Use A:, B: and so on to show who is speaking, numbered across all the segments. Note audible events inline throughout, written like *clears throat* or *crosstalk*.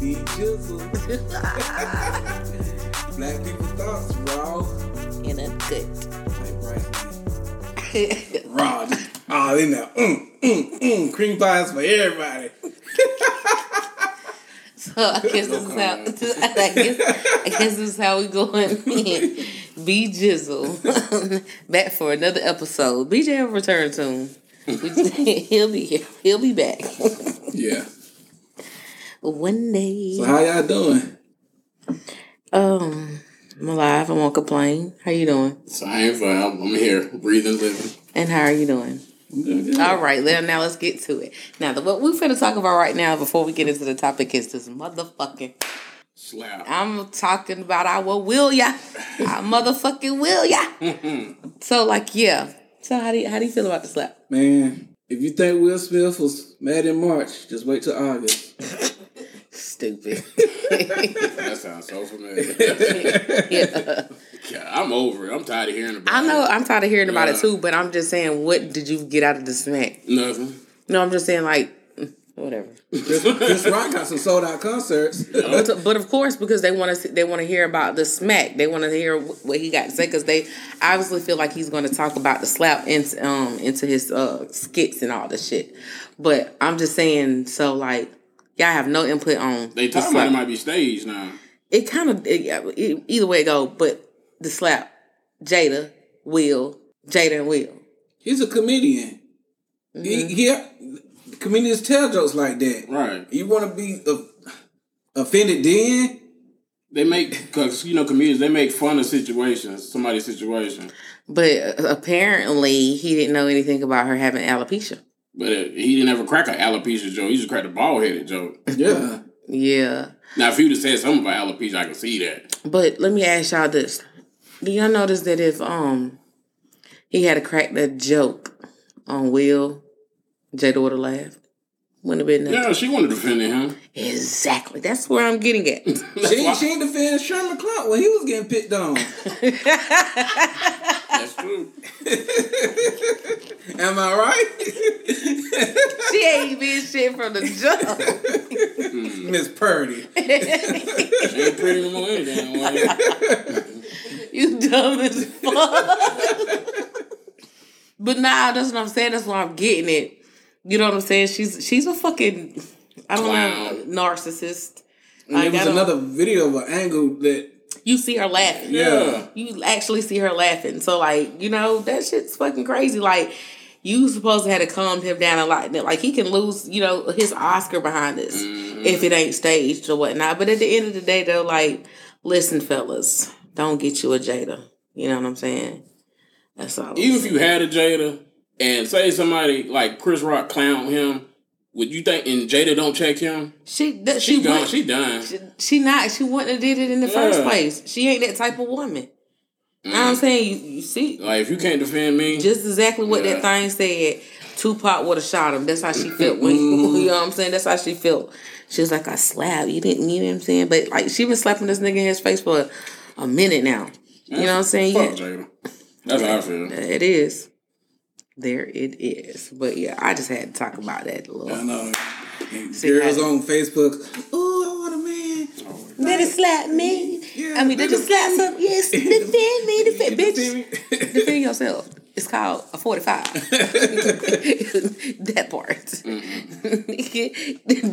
A: be
B: *laughs*
A: chiseled. *laughs* Black people thoughts raw.
B: in a gut.
A: Like Bryce
B: *laughs*
A: Lee. raw. Just all in there. Mm, mm, mm. Cream pies for everybody.
B: So *laughs* I guess this is how *laughs* I guess, I guess this is how we going *laughs* in. Be Jizzle. *laughs* back for another episode. BJ will return soon. We- *laughs* He'll be here. He'll be back.
A: Yeah.
B: One
A: So
B: day.
A: how y'all doing?
B: Um I'm alive, I won't complain. How you doing?
C: Same, but I'm, I'm here, breathing, living.
B: And how are you doing?
A: I'm doing good.
B: All right, then now let's get to it. Now the, what we're finna talk about right now before we get into the topic is this motherfucking
C: Slap.
B: I'm talking about I will will ya. I motherfucking will ya. so like yeah. So how do you how do you feel about the slap?
A: Man, if you think Will Smith was mad in March, just wait till August.
B: Stupid.
C: *laughs* That sounds
B: *laughs*
C: so familiar. God, I'm over it. I'm tired of hearing about
B: I know I'm tired of hearing about it
C: Yeah.
B: too, but I'm just saying what did you get out of the smack?
C: it. Nothing.
B: No, I'm just saying like mm, whatever.
A: Chris, Chris Rock got some sold out concerts. *laughs*
B: But, but of course, because they want to, they want to hear about the smack. They want to hear wh- what he got to say because they obviously feel like he's going to talk about the slap into um into his uh skits and all the shit. But I'm just saying, so like y'all have no input on
C: They
B: the
C: talking about
B: slap.
C: it might be staged now.
B: it kind of it, it- either way it go, but the slap, Jada, Will, Jada and Will.
A: He's a comedian. He,
B: Mm-hmm.
A: he- comedians tell jokes like that.
C: Right.
A: You want to be uh, offended then?
C: They make, cause you know, comedians, they make fun of situations, somebody's situation.
B: But uh, apparently, he didn't know anything about her having alopecia.
C: But uh, he didn't ever crack an alopecia joke. He just cracked a bald headed joke.
A: Yeah.
B: Yeah.
C: now, if you'd have said something about alopecia, I can see that.
B: But let me ask y'all this: Do y'all notice that if um he had to crack that joke on Will, Jada would have laughed. Wouldn't have been nothing.
C: Yeah, she wanted to
B: *laughs*
C: defend him.
B: Exactly. That's where I'm getting at. *laughs*
A: she, ain't- she ain't defend Sherman Clark when he was getting picked on.
C: That's true.
A: Am I right? *laughs*
B: she ain't been shit from the jump.
A: Miss
B: *laughs*
A: Purdy.
C: She ain't pretty no more any damn way.
B: You dumb as fuck. but nah, that's what I'm saying. That's why I'm getting it. You know what I'm saying? She's she's a fucking I don't
C: Clown.
B: know narcissist.
A: And
B: Like,
A: there
B: I
A: was
B: don't-
A: another video of an angle that, uh,
B: You see her laughing.
A: yeah.
B: You actually see her laughing. So like, you know, that shit's fucking crazy. Like you supposed to have to calm him down a lot. Like he can lose, you know, his Oscar behind this
C: Mm-hmm.
B: if it ain't staged or whatnot. But at the end of the day though, like, listen, fellas, don't get you a Jada. You know what I'm saying? That's all. I'm
C: Even if you had a Jada and say somebody like Chris Rock clown him, would you think and Jada don't check him?
B: She that she
C: She gone.
B: wouldn't-
C: She done.
B: she, not she wouldn't have did it in the first
C: Yeah. Mm.
B: place. She ain't that type of woman. You know what I'm saying you, you see
C: Like if you can't defend me,
B: just exactly what that
C: Yeah.
B: thing said. Tupac would have shot him. That's how she felt. When, *laughs* you know what I'm saying? That's how she felt. She was like, I slapped. You didn't. You know what I'm saying? But like she been slapping this nigga in his face for a, a minute now. You know what I'm saying?
C: fuck
B: Yeah,
C: Jada. That's how I feel.
B: it is. There it is. But yeah, I just had to talk about that a little.
A: I know. And
B: See,
A: Girls
B: like-
A: on Facebook. Ooh, I want a man.
B: Let it slap me.
A: Yeah,
B: I mean, let it slap some. Yes, defend me, defend, bitch.
A: Bitch.
B: Defend yourself. It's called a forty-five.
A: *laughs*
B: *laughs* that part.
C: Mm-hmm.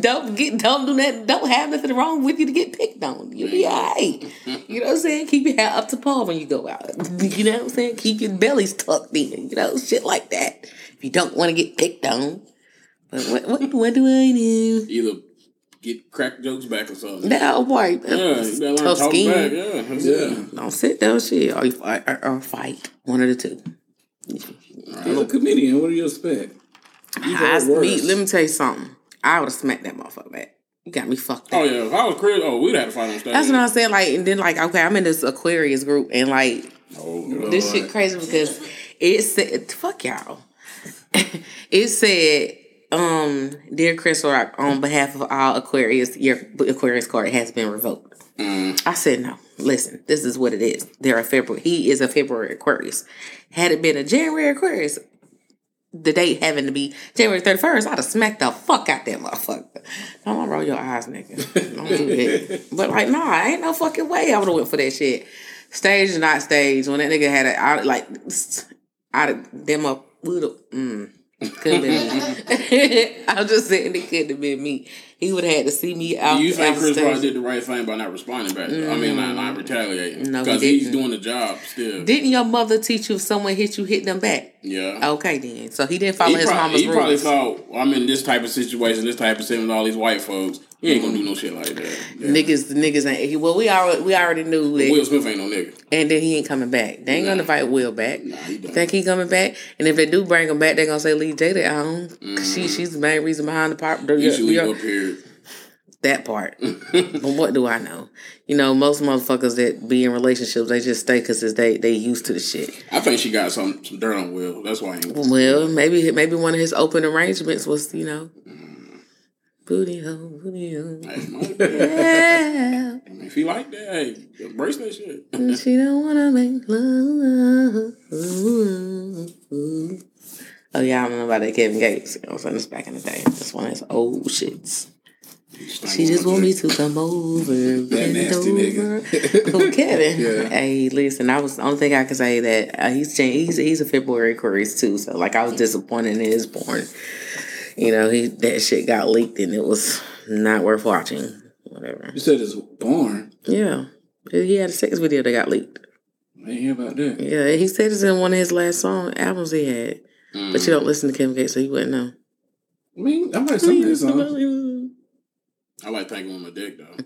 B: *laughs* don't get, don't do that. Don't have nothing wrong with you to get picked on. You'll
C: Mm-hmm.
B: be alright. You know what I'm saying? Keep your hair up to par when you go out. You know what I'm saying? Keep your bellies tucked in. You know, shit like that. If you don't want to get picked on, but what, what, *laughs* what do I do?
C: Either get crack jokes back or something.
B: Now, boy,
C: yeah, you gotta learn to
B: tough
C: talk
B: skin.
C: back. Yeah, that's
A: Yeah.
C: it.
B: Don't sit down, shit, or, you fight, or, or fight. One of the two.
A: He's a comedian. What do you expect? You
B: I,
A: got worse.
B: me, let me tell you something. I would have smacked that motherfucker back. You got me fucked up.
C: Oh yeah, if I was Chris, oh we'd have to fight on stage.
B: That's what I'm saying. Like, and then like, okay, I'm in this Aquarius group, and like,
C: Oh, Lord.
B: this shit crazy because it said, "Fuck y'all." *laughs* it said, um, "Dear Chris Rock, on behalf of all Aquarius, your Aquarius card has been revoked." I said, "No, listen, this is what it is. They're a February. He is a February Aquarius. Had it been a January Aquarius, the date having to be January 31st, I'd have smacked the fuck out that motherfucker. Don't roll your eyes, nigga. Don't do that.
C: *laughs*
B: but like, nah, ain't no fucking way I would have went for that shit. Stage or not stage, when that nigga had it, I like, I'd have, them up, would have, mm. Could have been me. *laughs* I'm just saying it could have been me. He would have had to see me out.
C: you think
B: out
C: Chris
B: stage.
C: Rock did the right thing by not responding back? I mean, not, not retaliating
B: Mm. No, he
C: because he's
B: didn't.
C: doing the job still.
B: Didn't your mother teach you if someone hit you, hit them back?
C: yeah.
B: Okay, then. So he didn't follow
C: he
B: his
C: prob-
B: mama's
C: he probably
B: rules.
C: thought I'm in this type of situation, this type of thing with all these white folks. He ain't gonna do no
B: Mm-hmm.
C: shit like that. Yeah.
B: Niggas, niggas ain't. He, well, we already we already knew that,
C: Will Smith ain't no nigga.
B: and then he ain't coming back. They ain't gonna
C: Nah.
B: fight Will back.
C: he don't.
B: Think he coming back? And if they do bring him back, they gonna say leave Jada at home. 'Cause She she's the main reason behind the part.
C: Mm-hmm. You should leave
B: your-
C: up here.
B: that
C: *laughs*
B: part. but what do I know? You know, most motherfuckers that be in relationships, they just stay because they they used to the shit.
C: I think she got some some dirt on Will. That's why. I
B: Oh
C: ain't,
B: Well, maybe maybe one of his open arrangements was you know,
C: Mm.
B: booty hole, booty
C: *laughs*
B: hole.
C: Hey,
B: *laughs*
C: Mike,
B: Yeah,
C: if he like that, hey, embrace that shit.
B: she don't wanna make love. Oh yeah, I don't know about that Kevin Gates. You know what I'm saying? This back in the day. This one of his old shits. She just want me to come over. That
A: nasty nigga.
B: *laughs* Oh, Kevin.
A: Yeah.
B: Hey, listen, I was the only thing I can say that uh, he's changed, he's he's a February Aquarius too. So like I was disappointed in his porn. You know, he that shit got leaked and it was not worth watching. Whatever.
A: You said it's born.
B: Yeah. He had a sex video that got leaked.
A: I didn't hear about that.
B: Yeah, he said it's in one of his last song albums he had. But
C: Mm.
B: you don't listen to Kevin Gates, so you wouldn't know.
A: I mean, I might
B: Mm-hmm.
C: Mm.
A: some of this
C: *laughs*
A: song.
C: I like taking on my dick though.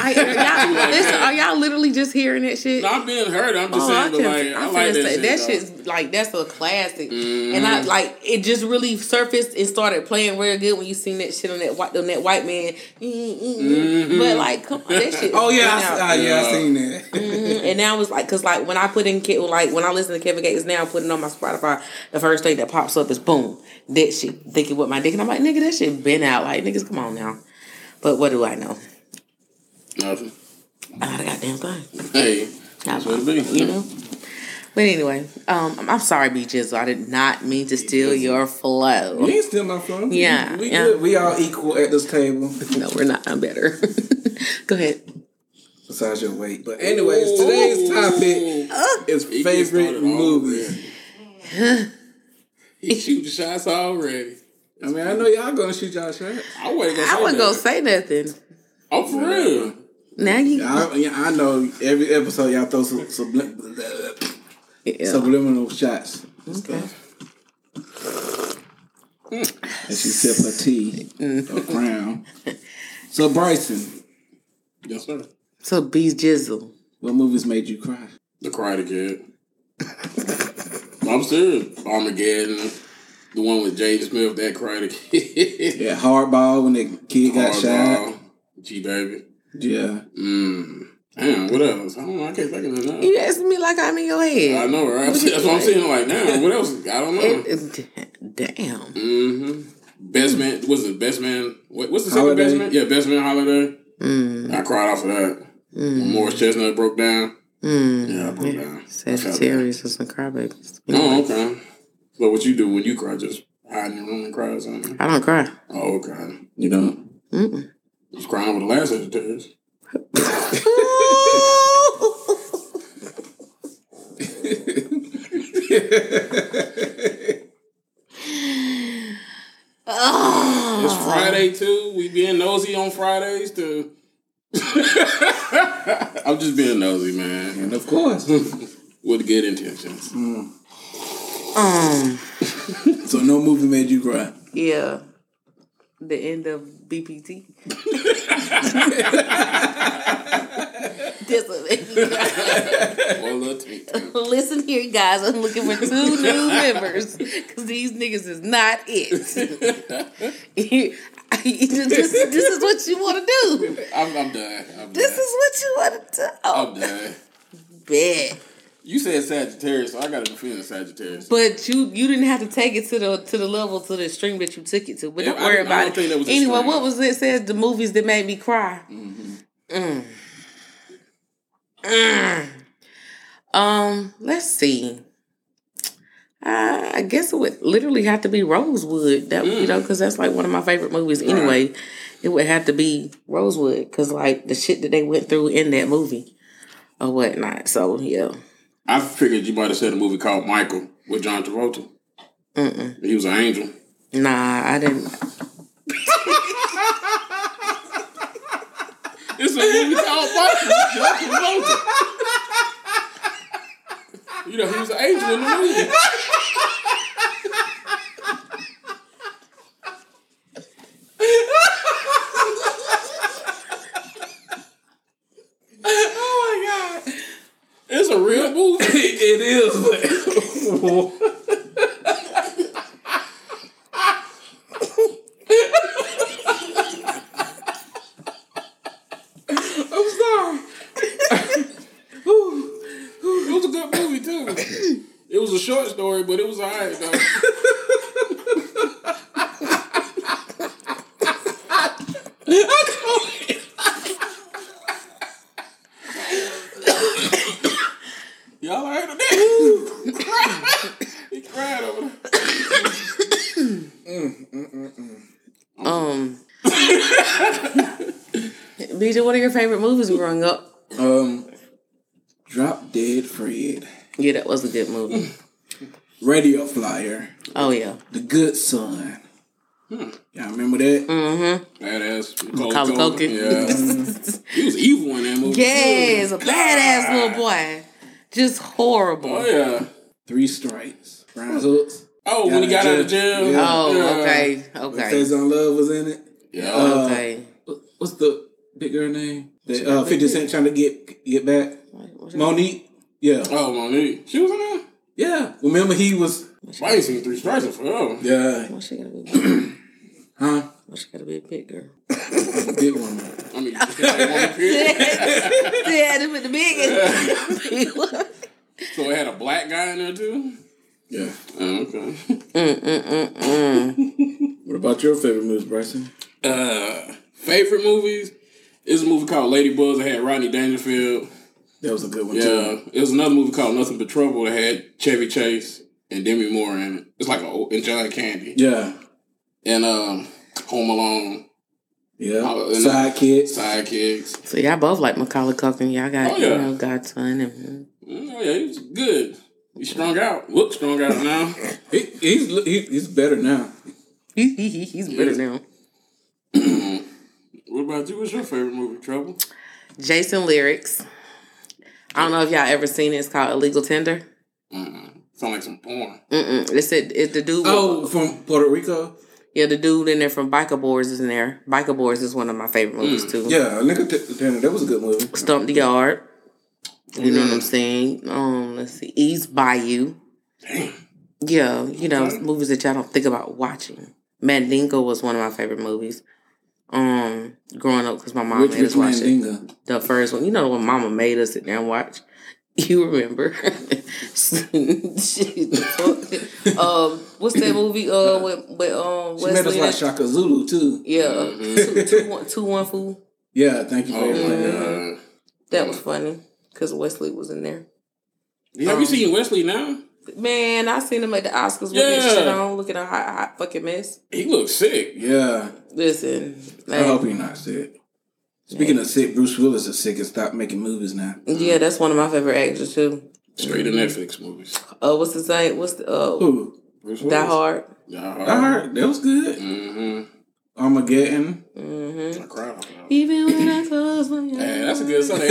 B: I,
C: *laughs*
B: y'all, listen, are y'all literally just hearing that shit?
C: No, I'm being hurt. I'm just
B: Oh,
C: saying,
B: I
C: but
B: can,
C: like, I
B: I'm
C: like
B: finna
C: that
B: say,
C: shit.
B: that
C: though. Mm-hmm.
B: shit's like that's a classic, and I like it. Just really surfaced and started playing real good when you seen that shit on that white on that white man. Mm, mm, mm.
C: Mm-hmm.
B: But like, come on, that shit.
A: *laughs* Oh yeah, I,
B: went out.
A: s- ah, yeah, I
C: Yeah.
A: seen that.
B: Mhm. and now it's like because like when I put in Ke- like when I listen to Kevin Gates now putting on my Spotify, the first thing that pops up is boom that shit. Thinking with my dick, and I'm like, nigga, that shit been out. Like niggas, come on now. But what do I know?
C: Nothing.
B: Not a goddamn thing.
C: Hey, that's what it be.
B: You know. But anyway, um, I'm- I'm sorry, B Jizzle. I did not mean to steal your flow.
A: you ain't still my phone.
B: Yeah,
A: we
B: yeah.
A: good. We all equal at this table.
B: No, we're not. I'm better. *laughs* Go ahead.
A: Besides your weight, but anyways, today's topic is
C: He gets
A: favorite
C: started
A: movies.
C: already. he shoot the shots already.
A: I mean, I know y'all gonna shoot y'all shot.
C: I wasn't gonna say
B: I wouldn't go
C: that.
B: say nothing.
C: I'm for real.
B: Now you.
A: I, yeah, I know every episode y'all throw some sublim-
B: Yeah.
A: subliminal shots. and stuff. And she sip her tea,
B: Mm.
A: a crown. So Bryson,
C: Yes, sir.
B: So B Jizzle.
A: what movies made you cry?
C: The Karate Kid. I'm serious. Armageddon. The one with Jade Smith, that Karate Kid.
A: Yeah, Hardball when that kid *laughs* got shot.
C: Hardball. G Baby.
A: Yeah,
C: Mmm. Damn, what else? I don't know. I can't think of it now.
B: You asking me like I'm in your
C: I
B: head.
C: know, right? *laughs* That's what I'm saying. Like, damn, what else? I don't know.
B: Uh, *laughs* Damn.
C: Mm-hmm. Best man, was it best man? What, what's the second
A: Holiday.
C: best man? Yeah, best man holiday. I cried off of that. When Morris Chestnut broke down. Yeah, I broke down. I felt that.
B: Sagittarius is some crybabies.
C: Oh, okay. So what you do when you cry? Just hide in your room and cry or something?
B: I don't *laughs* cry.
C: Oh, okay.
A: you know.
C: I was crying over the last Sagittarius.
B: oh,
C: It's Friday too. We being nosy on Fridays *laughs* too. I'm just being nosy, man.
A: And of course,
C: With good intentions.
B: um,
A: so no movie made you cry.
B: yeah. The end of BPT. Just-
C: Well, look, t- t-
B: Listen here, guys. I'm looking for two new members because these niggas is not it. *laughs* this, this is what you want to do.
C: I'm, I'm done. I'm
B: This
C: done.
B: is what you want to do. Oh,
C: I'm done.
B: Bet.
C: You said Sagittarius, so I got a feeling Sagittarius.
B: But you you didn't have to take it to the to the level to the extreme that you took it to. But
C: Yeah,
B: don't
C: I
B: worry
C: don't- I
B: about
C: don't
B: it.
C: think that was
B: anyway,
C: extreme.
B: what was it says the movies that made me cry? Mm. Mm. Um, let's see. Uh, I guess it would literally have to be Rosewood. That you know, because that's like one of my favorite movies. Anyway, it would have to be Rosewood because like the shit that they went through in that movie or whatnot. So yeah,
C: I figured you might have said a movie called Michael with John Travolta. He was an angel.
B: nah, I didn't.
C: It's a movie called Michael with John Travolta. You know, he was an angel in the movie.
A: Oh my god.
C: It's a real
A: *laughs*
C: movie.
A: it is,
C: *laughs*
A: but I'm sorry.
C: It was a good movie too. It was a short story, but it was alright though. Y'all heard of that? he cried over there.
B: Um, BJ, what are your favorite movies growing up?
A: Um, drop dead Fred,
B: Yeah, that was a good movie.
A: radio flyer,
B: Oh yeah,
A: the good son. Y'all remember that?
C: Badass.
B: Macaulay Culkin.
C: Yeah. he was evil in that
B: *laughs*
C: movie.
B: yes, a badass little boy, just
C: too. Oh
B: horrible.
C: yeah.
A: Three strikes. Brian Hooks.
C: Oh, when he got out of jail.
A: Yeah.
B: Oh,
C: Yeah. um,
B: okay,
A: Okay.
B: okay,
A: Says on Love was in it.
C: Yeah.
B: okay.
A: What's the big girl name? That uh, Fifty Cent trying to get get back. Monique. Yeah.
C: oh, Monique. She was in there.
A: Yeah. Remember he was.
C: I ain't seen three strikes in forever.
A: Yeah.
B: Why she gotta be?
A: Huh.
B: Why she gotta be a big girl? *laughs*
A: Big woman.
C: I
A: *laughs*
C: mean, one period.
B: yeah, they put the biggest.
C: so it had a black guy in there too.
A: Yeah.
C: Oh, okay. *laughs*
A: What about your favorite moves, Bryson?
C: Uh, favorite movies is a movie called Lady Buzz that had Rodney Dangerfield.
A: That was a good one too.
C: Yeah, it was another movie called Nothing But Trouble that had Chevy Chase and Demi Moore in it. It's like a old- and John Candy
A: Yeah.
C: and um, Home Alone
A: Yeah.
C: Oh, and-
A: Sidekicks.
B: *laughs*
C: sidekicks.
B: so y'all both like Macaulay Culkin. Y'all got
C: Oh, yeah.
B: you know Godson and *laughs*
C: Mm, Oh yeah, he was good. He strung out. Look strung out
A: *laughs*
C: now.
A: He, he's he, he's better now.
B: he, he, he- he's better now.
C: what about you? What's your favorite movie? Trouble.
B: Jason lyrics. I don't know if y'all ever seen it. It's called Illegal Tender.
C: Sound like some porn.
B: Mm-mm. It's it. It's the dude.
A: Oh, from Puerto Rico.
B: Yeah, the dude in there from Biker Boys is in there. Biker Boys is one of my favorite movies too.
A: Mm. Yeah, Lincoln T- Tanner. That was a good movie.
B: Stump the Yard. You know
A: Mm.
B: what I'm saying? Um, let's see, East Bayou. Yeah, you know movies that y'all don't think about watching. Mandingo was one of my favorite movies. Um, growing up because my mom
A: Which
B: made
A: which
B: us watch it.
A: Mandinga?
B: The first one, you know, when Mama made us sit down and watch. *laughs* You
C: *laughs*
B: remember? Um, Shit. um, what's that movie? Uh, with, with um
A: She made us
B: Wesley.
A: watch
B: and-
A: Shaka Zulu too.
B: Yeah, two, two, one, two one fool.
A: Yeah, thank
C: Oh,
A: you for everything.
C: Uh,
B: That was funny because Wesley was in there.
C: have
B: Um,
C: you seen Wesley now?
B: Man, I seen him at the Oscars with his
C: Yeah.
B: shit on, looking a hot, hot fucking mess.
C: He looks sick.
A: Yeah,
B: Listen,
A: I hope
C: Uh-huh.
B: like,
A: you're not sick. Speaking of sick, Bruce Willis is sick and stopped making movies now.
B: yeah, that's one of my favorite actors too.
C: Straight to Netflix movies.
B: Uh, what's his name? What's the uh,
A: Ooh,
B: Die
C: *laughs*
B: Hard?
C: Die
A: I
C: Hard.
A: heard that was good.
C: Mm-hmm.
A: Armageddon.
C: I cried.
B: Even when I close my eyes,
C: Hey, that's a good song. That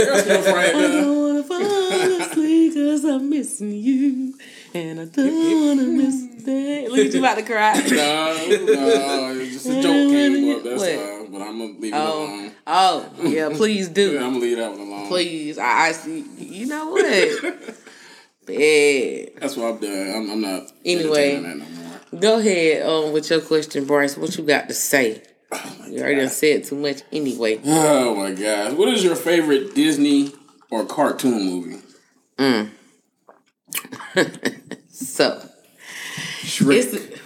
B: *laughs*
C: Aerosmith right
B: I
C: there.
B: don't wanna fall asleep because I'm missing you, and I don't wanna miss that. Look, at you about to cry.
C: No, no, it's just a joke came up. That's
B: What?
C: all. But I'm gonna leave it
B: Oh,
C: alone.
B: *coughs* oh, yeah. Please do.
C: Yeah, I'm gonna leave that one alone.
B: Please, I, I see. You know what? Bad.
C: That's what I'm doing. I'm, I'm not.
B: Anyway.
C: entertaining that no more.
B: Go ahead um, with your question, Bryce. What you got to say? You already done said too much anyway.
C: Oh my gosh. What is your favorite Disney or cartoon movie? *laughs*
B: So
A: Shrek.
B: it's.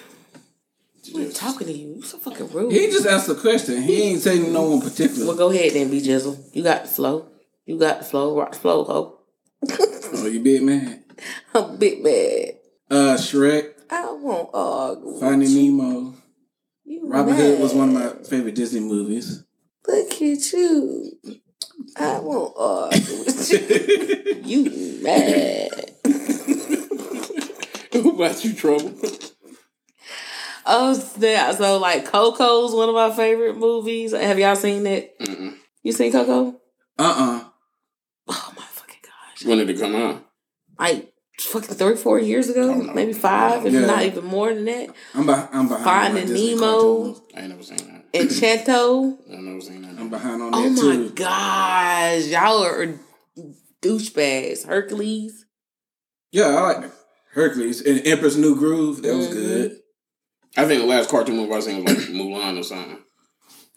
B: We're talking to you. You so fucking rude.
A: he just asked a question. He ain't saying no one particular.
B: Well, go ahead then, B Jizzle. You got the flow. You got the flow. Rock the flow, ho.
A: Oh, you big man.
B: I'm *laughs* big bad.
A: Uh, Shrek,
B: I won't argue.
A: Finding Nemo.
B: You
A: Robin Hood was one of my
B: mad.
A: favorite Disney movies.
B: Look at you. I won't argue with you.
A: Who
B: *laughs* You mad.
C: Who about you, Trouble?
B: Oh, snap. So, like, Coco's one of my favorite movies. Have y'all seen it?
C: Mm-mm.
B: You seen Coco?
A: Uh uh
B: Oh, my fucking gosh.
C: When did it come out?
B: Like, fucking three, four years ago?
C: don't know.
B: Maybe five, if
A: Yeah.
B: not even more than that.
A: I'm, beh- I'm behind.
B: Finding
A: on my Disney
B: Nemo.
A: cartoons.
C: I ain't never seen that.
A: *clears throat*
B: Enchanto.
C: I never seen that.
A: I'm behind on
B: Oh,
A: that
B: my
A: too.
B: gosh. Y'all are douchebags. Hercules.
A: Yeah, I like Hercules and Empress New Groove. That was
B: Mhm.
A: good.
C: I think the last cartoon movie I seen was like *clears throat* Mulan or something.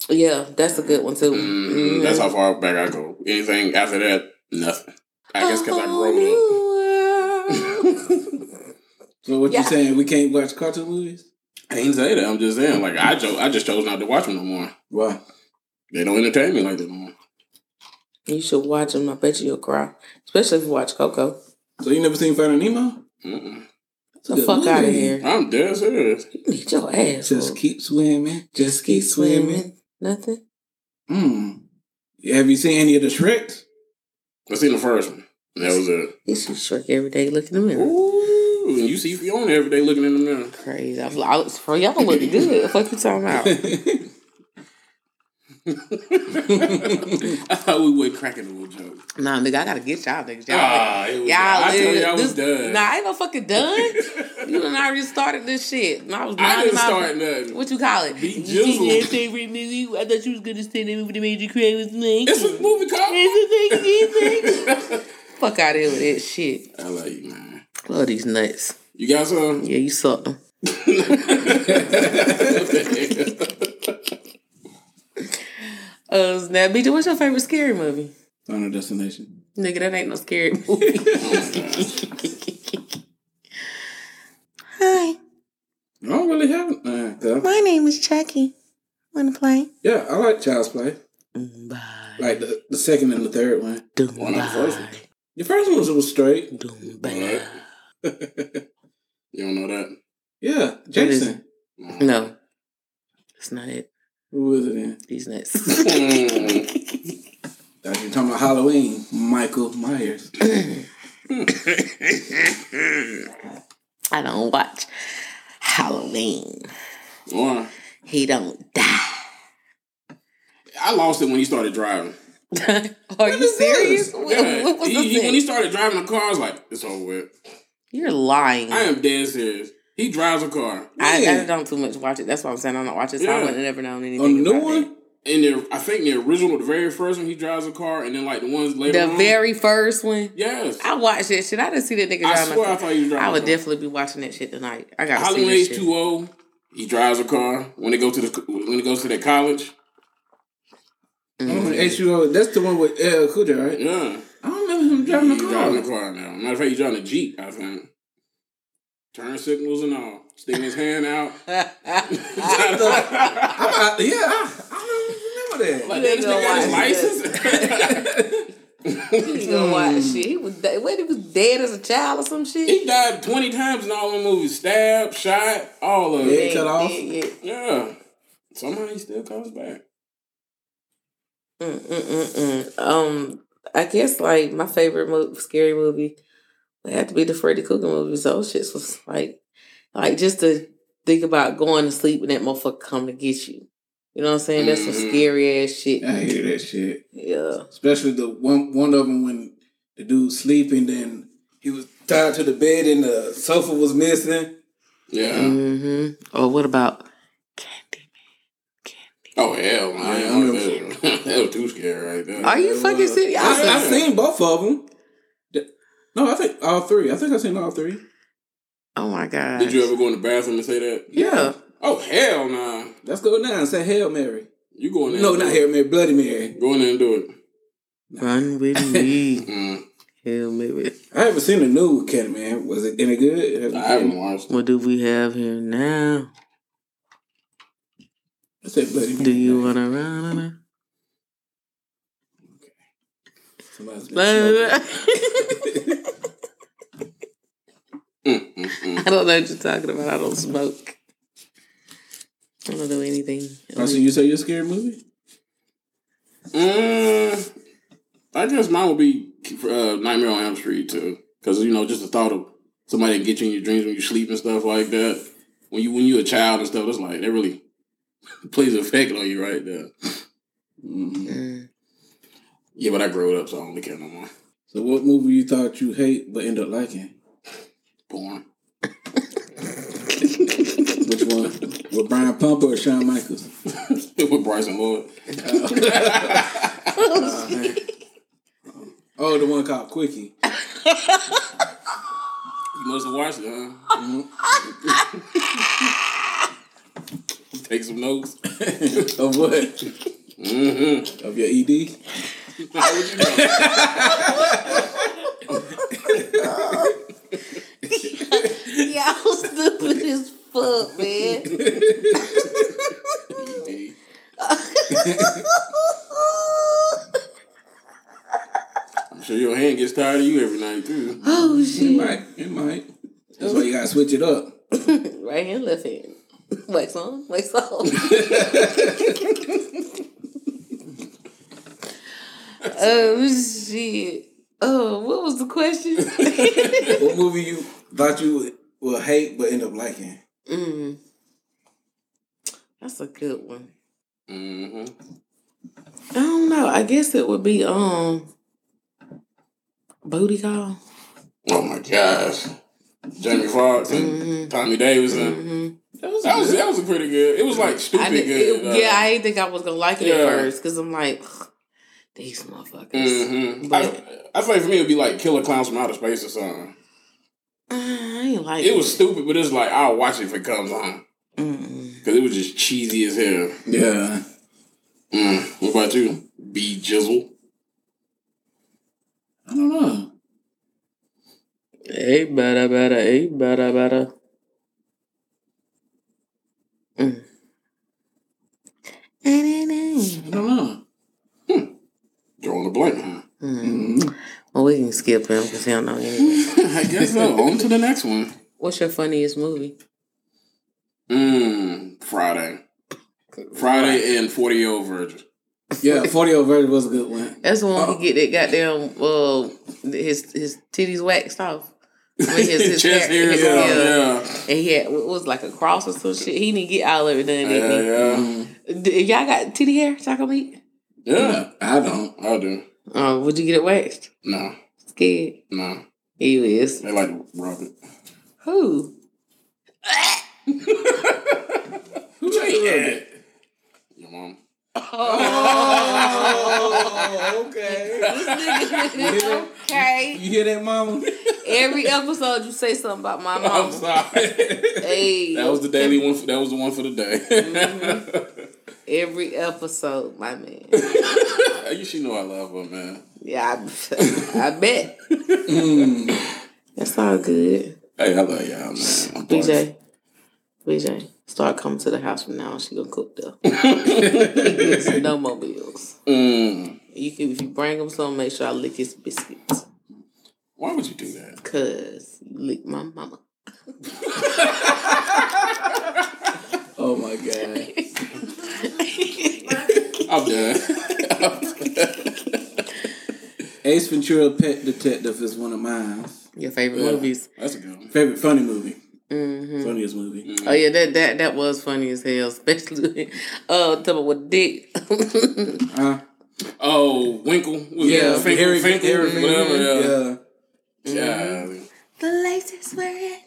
B: Yeah, that's a good one, too.
A: Mm-hmm.
B: Mm-hmm.
C: Mm, That's how far back I go. Anything after that, nothing. I guess because I grew up.
A: So what
B: Yeah.
A: you saying? We can't watch cartoon movies?
C: I ain't say that. I'm just saying, like I, jo- I just chose not to watch them no more.
A: Why?
C: They don't entertain me like that no more.
B: *laughs* You should watch them. I bet you you'll cry. Especially if you watch Coco.
A: So you never seen Finding Nemo?
C: Mm-mm.
A: It's a
B: The
A: good
B: fuck
A: movie.
B: out of here.
C: I'm dead serious.
B: You need your ass.
A: Just
B: whooped.
A: keep swimming. Just keep swimming.
B: Nothing.
A: Mm. Have you seen any of the Shreks?
C: I seen the first one. That was it.
B: You should shrink every day. Look in the mirror.
C: Ooh, and you see Fiona every day looking in the mirror. *laughs*
B: Crazy. I'm like, I was for y'all look good. Fuck you talking about.
C: I thought we would crack a little joke.
B: nah, nigga, I gotta get y'all niggas. Y'all,
C: Ah, it was,
B: y'all
C: I told you I
B: live-
C: was
B: this-
C: done.
B: Nah, I ain't no fucking
C: *laughs*
B: done. you done already started this shit. And I was
C: I
B: minding
C: didn't
B: my-
C: start nothing.
B: What you call it?
C: Beat
B: You seen
C: Jizzle.
B: your favorite movie? I thought you was gonna say that movie that made you cry was like.
C: It's a movie called.
B: It's a thing, it's a thing. *laughs* Fuck out of here with that shit.
C: *laughs* I like you, man.
B: Love these nuts.
C: You
B: *laughs*
C: got some?
B: Yeah, you suck them. Uh, now, BJ, what's your favorite scary movie?
A: *laughs* Final Destination.
B: Nigga, that ain't no scary movie. *laughs* Hi,
A: I don't really have it. Uh, 'cause I-
B: my name is Jackie. Wanna play?
A: yeah, I like Child's Play.
B: Bye.
A: Like the, the second and the third one.
C: One of the first ones.
A: The first one was, was straight.
C: Alright. *laughs* You don't know that?
A: Yeah,
B: is-
A: Jason.
B: No, it's not it.
A: Who was it in?
B: These nuts. *laughs*
C: Mm.
A: Thought you were talking about Halloween. Michael Myers.
C: Hmm. *laughs*
B: I don't watch Halloween.
C: Or,
B: He don't die. *laughs*
C: I lost it when he started driving.
B: Are you
A: is this?
B: serious? What,
C: Yeah.
B: what was
C: he,
B: the
C: he- when
B: thing?
C: he started driving the car, I was like, it's over with.
B: You're lying.
C: I am dead serious. He drives a car.
B: I, I
A: Yeah.
B: don't too much watch it. That's why I'm saying I'm not watching. So I
C: Yeah.
B: would have never known anything.
A: On the new
B: about
A: one?
C: In the, I think the original, the very first one, he drives a car, and then like the ones
B: it.
C: later
B: The
C: on.
B: very first one.
C: yes. I,
B: I watched that shit. I didn't see that nigga driving.
C: swear I thought he was driving.
B: I
C: a
B: would
C: car.
B: definitely be watching that shit tonight. I gotta see
C: Halloween
B: this
C: age
B: shit.
C: too old. He drives a car when it goes to the when it goes to that college.
B: Mm-hmm.
C: *laughs*
A: Mm. H2O. That's the one with L. Cooter, right?
C: Yeah,
A: I don't remember him driving
C: he's
A: the car.
C: driving a car now. Matter of fact, he's driving a jeep. I think. Turn signals and all. Sticking his hand out. like
A: I'm out- yeah, I, I don't remember that.
C: this nigga got his license.
B: *laughs*
C: *laughs*
B: He gonna watch shit. He was dead. What, he was dead as a child or some shit.
C: he died twenty times in all the movies. Stabbed, shot, all of
A: Yeah.
C: it.
A: cut off.
B: Yeah, yeah.
C: Yeah. Somehow he still comes back.
B: Mm, mm, mm, mm. Um, I guess like my favorite mo- scary movie would have to be the Freddy Krueger movies. Those shits was like, like just to think about going to sleep and that motherfucker come to get you. You know what I'm saying? That's some
C: Mhm.
B: scary ass
A: *laughs*
B: shit.
A: I hate that shit.
B: Yeah.
A: Especially the one one of them when the dude sleeping, then he was tied to the bed and the sofa was missing.
C: Yeah.
B: Mm-hmm. Or what about Candyman? Candy.
C: Oh hell, man.
A: Yeah, I
C: I
A: remember.
C: that, was, *laughs* that was too scary right there.
B: Are you fucking
A: was-
B: serious?
A: I, I,
C: Yeah.
A: seen both of them. The- No, I think all three. I think I seen all three.
B: Oh my god.
C: Did you ever go in the bathroom and say that?
B: Yeah.
C: Oh hell nah.
A: Let's go now and say Hail Mary.
C: You go in there.
A: No,
C: and do
A: not
C: it.
A: Hail Mary, Bloody Mary.
C: Go in there and do
B: Run with me.
C: *laughs* it. Mm.
B: Hell, maybe.
A: I haven't seen the new Candyman. Was it any good? Have you
C: I
A: seen
C: haven't
A: it?
C: watched. it.
B: What do we have here now?
A: I said Bloody Mary.
B: Do you wanna run? on it? *laughs*
A: Somebody's been smoking.
B: I
C: Mm, mm,
B: *laughs*
C: mm.
B: I don't know what you're talking about. I don't smoke. I don't know anything.
A: Oh, so you say you're scared movie?
C: Mm, I guess mine would be uh, Nightmare on Elm Street too, because you know just the thought of somebody that get you in your dreams when you sleep and stuff like that. When you when you a child and stuff, that's like that really *laughs* plays an effect on you right there. Mm-hmm.
B: Mm.
C: Yeah, but I grew up, so I don't really care no more.
A: So what movie you thought you hate but end up liking?
C: Porn.
A: *laughs* Which one? With Brian Pumper or Shawn Michaels?
C: *laughs* With Bryson Lloyd.
A: Oh, the one called Quickie.
C: You must have watched it, huh?
A: *laughs*
C: Mm-hmm. *laughs* Take some notes.
A: Of what? Of your E ED?
C: How would you know?
B: Y'all stupid as fuck, man.
C: I'm sure your hand gets tired of you every
B: *laughs*
C: night too.
B: *laughs* Oh shit!
A: Right, it might. That's why you gotta switch it up.
B: Right hand, left hand. Wax on, wax
C: *laughs*
B: off. oh shit! Oh, what was the
C: *laughs*
B: question?
A: What movie you thought you would, would hate but end up liking?
B: mm. That's a good one.
C: hmm
B: I don't know. I guess it would be um booty call.
C: Oh my gosh. Jamie Foxx and
B: Mm-hmm.
C: Tommy Davidson.
A: That was,
C: That was that was pretty good. It was like
B: I
C: stupid
B: did,
C: good.
B: it, yeah, I didn't think I was gonna like it
C: yeah.
B: at first because I'm like *sighs* "Ugh, these motherfuckers.
C: hmm I,
B: But
C: I think for me it'd be like Killer Clowns from Outer Space or something.
B: uh, I ain't like
C: It was stupid, but it's like I'll watch it if it comes on
B: Mm-mm.
C: because it was just cheesy as hell.
A: yeah.
C: Mm. What about you? B Jizzle.
A: I don't know.
B: Hey, bada bada, hey, bada bada. Mm. Mm.
A: I don't know.
C: Drawing a blank. *laughs* Huh?
B: Mm-hmm. Well, we can skip him because he don't know anything.
C: I guess so. on to the next one.
B: What's your funniest movie?
C: Mm. Friday. Friday and forty year old virgin.
A: Yeah, 40 old version was a good one.
B: That's the one
C: Uh-huh.
B: he get that goddamn uh his his titties waxed off. I mean,
C: *laughs*
B: his, his
C: Chest
B: hair-
C: hair.
B: his-
C: Yeah,
B: yeah.
C: yeah,
B: and he had what was like a cross or some shit. He didn't get all of it done.
A: Mm-hmm.
C: yeah,
B: did he? D-
C: yeah.
B: Y'all got titty hair, taco meat?
C: Yeah,
A: I don't.
C: I do.
B: Oh, would you get it waxed?
C: No,
B: Scared.
C: no.
B: You is.
C: They like to rob it.
B: Who?
A: Who that?
C: Your mom.
A: Oh, okay.
B: okay.
A: You hear that, mama?
B: *laughs* Every episode you say something about my
C: I'm
B: mama. *laughs*
C: sorry.
B: Hey.
C: that was the daily one. For, that was the one for the day.
B: Mm-hmm. Every episode, my man.
C: *laughs* you should know I love her, man.
B: Yeah, I, *laughs* I bet. That's all good.
C: Hey, I love y'all, man. I'm sorry.
B: BJ. BJ. Start coming to the house from now on. She gonna cook though. *laughs* no more bills.
C: Mm,
B: You can if you bring him some, make sure I lick his biscuits.
C: why would you do that?
B: Cause you lick my mama.
A: Oh my god.
C: I'm
B: *laughs*
C: done.
A: Ace Ventura Pet Detective is one of mine.
B: Your favorite movies.
C: That's a good one.
A: Favorite funny movie. Funniest movie.
B: Oh yeah, that that that was funny as hell, especially *laughs* uh talking about with *laughs* dick.
A: Huh?
C: Oh, Winkle. Was
A: Yeah,
C: it Finkle,
A: Harry-
C: Finkle,
A: Harry
C: whatever. Yeah.
A: Yeah.
C: Golly.
B: the laces were at.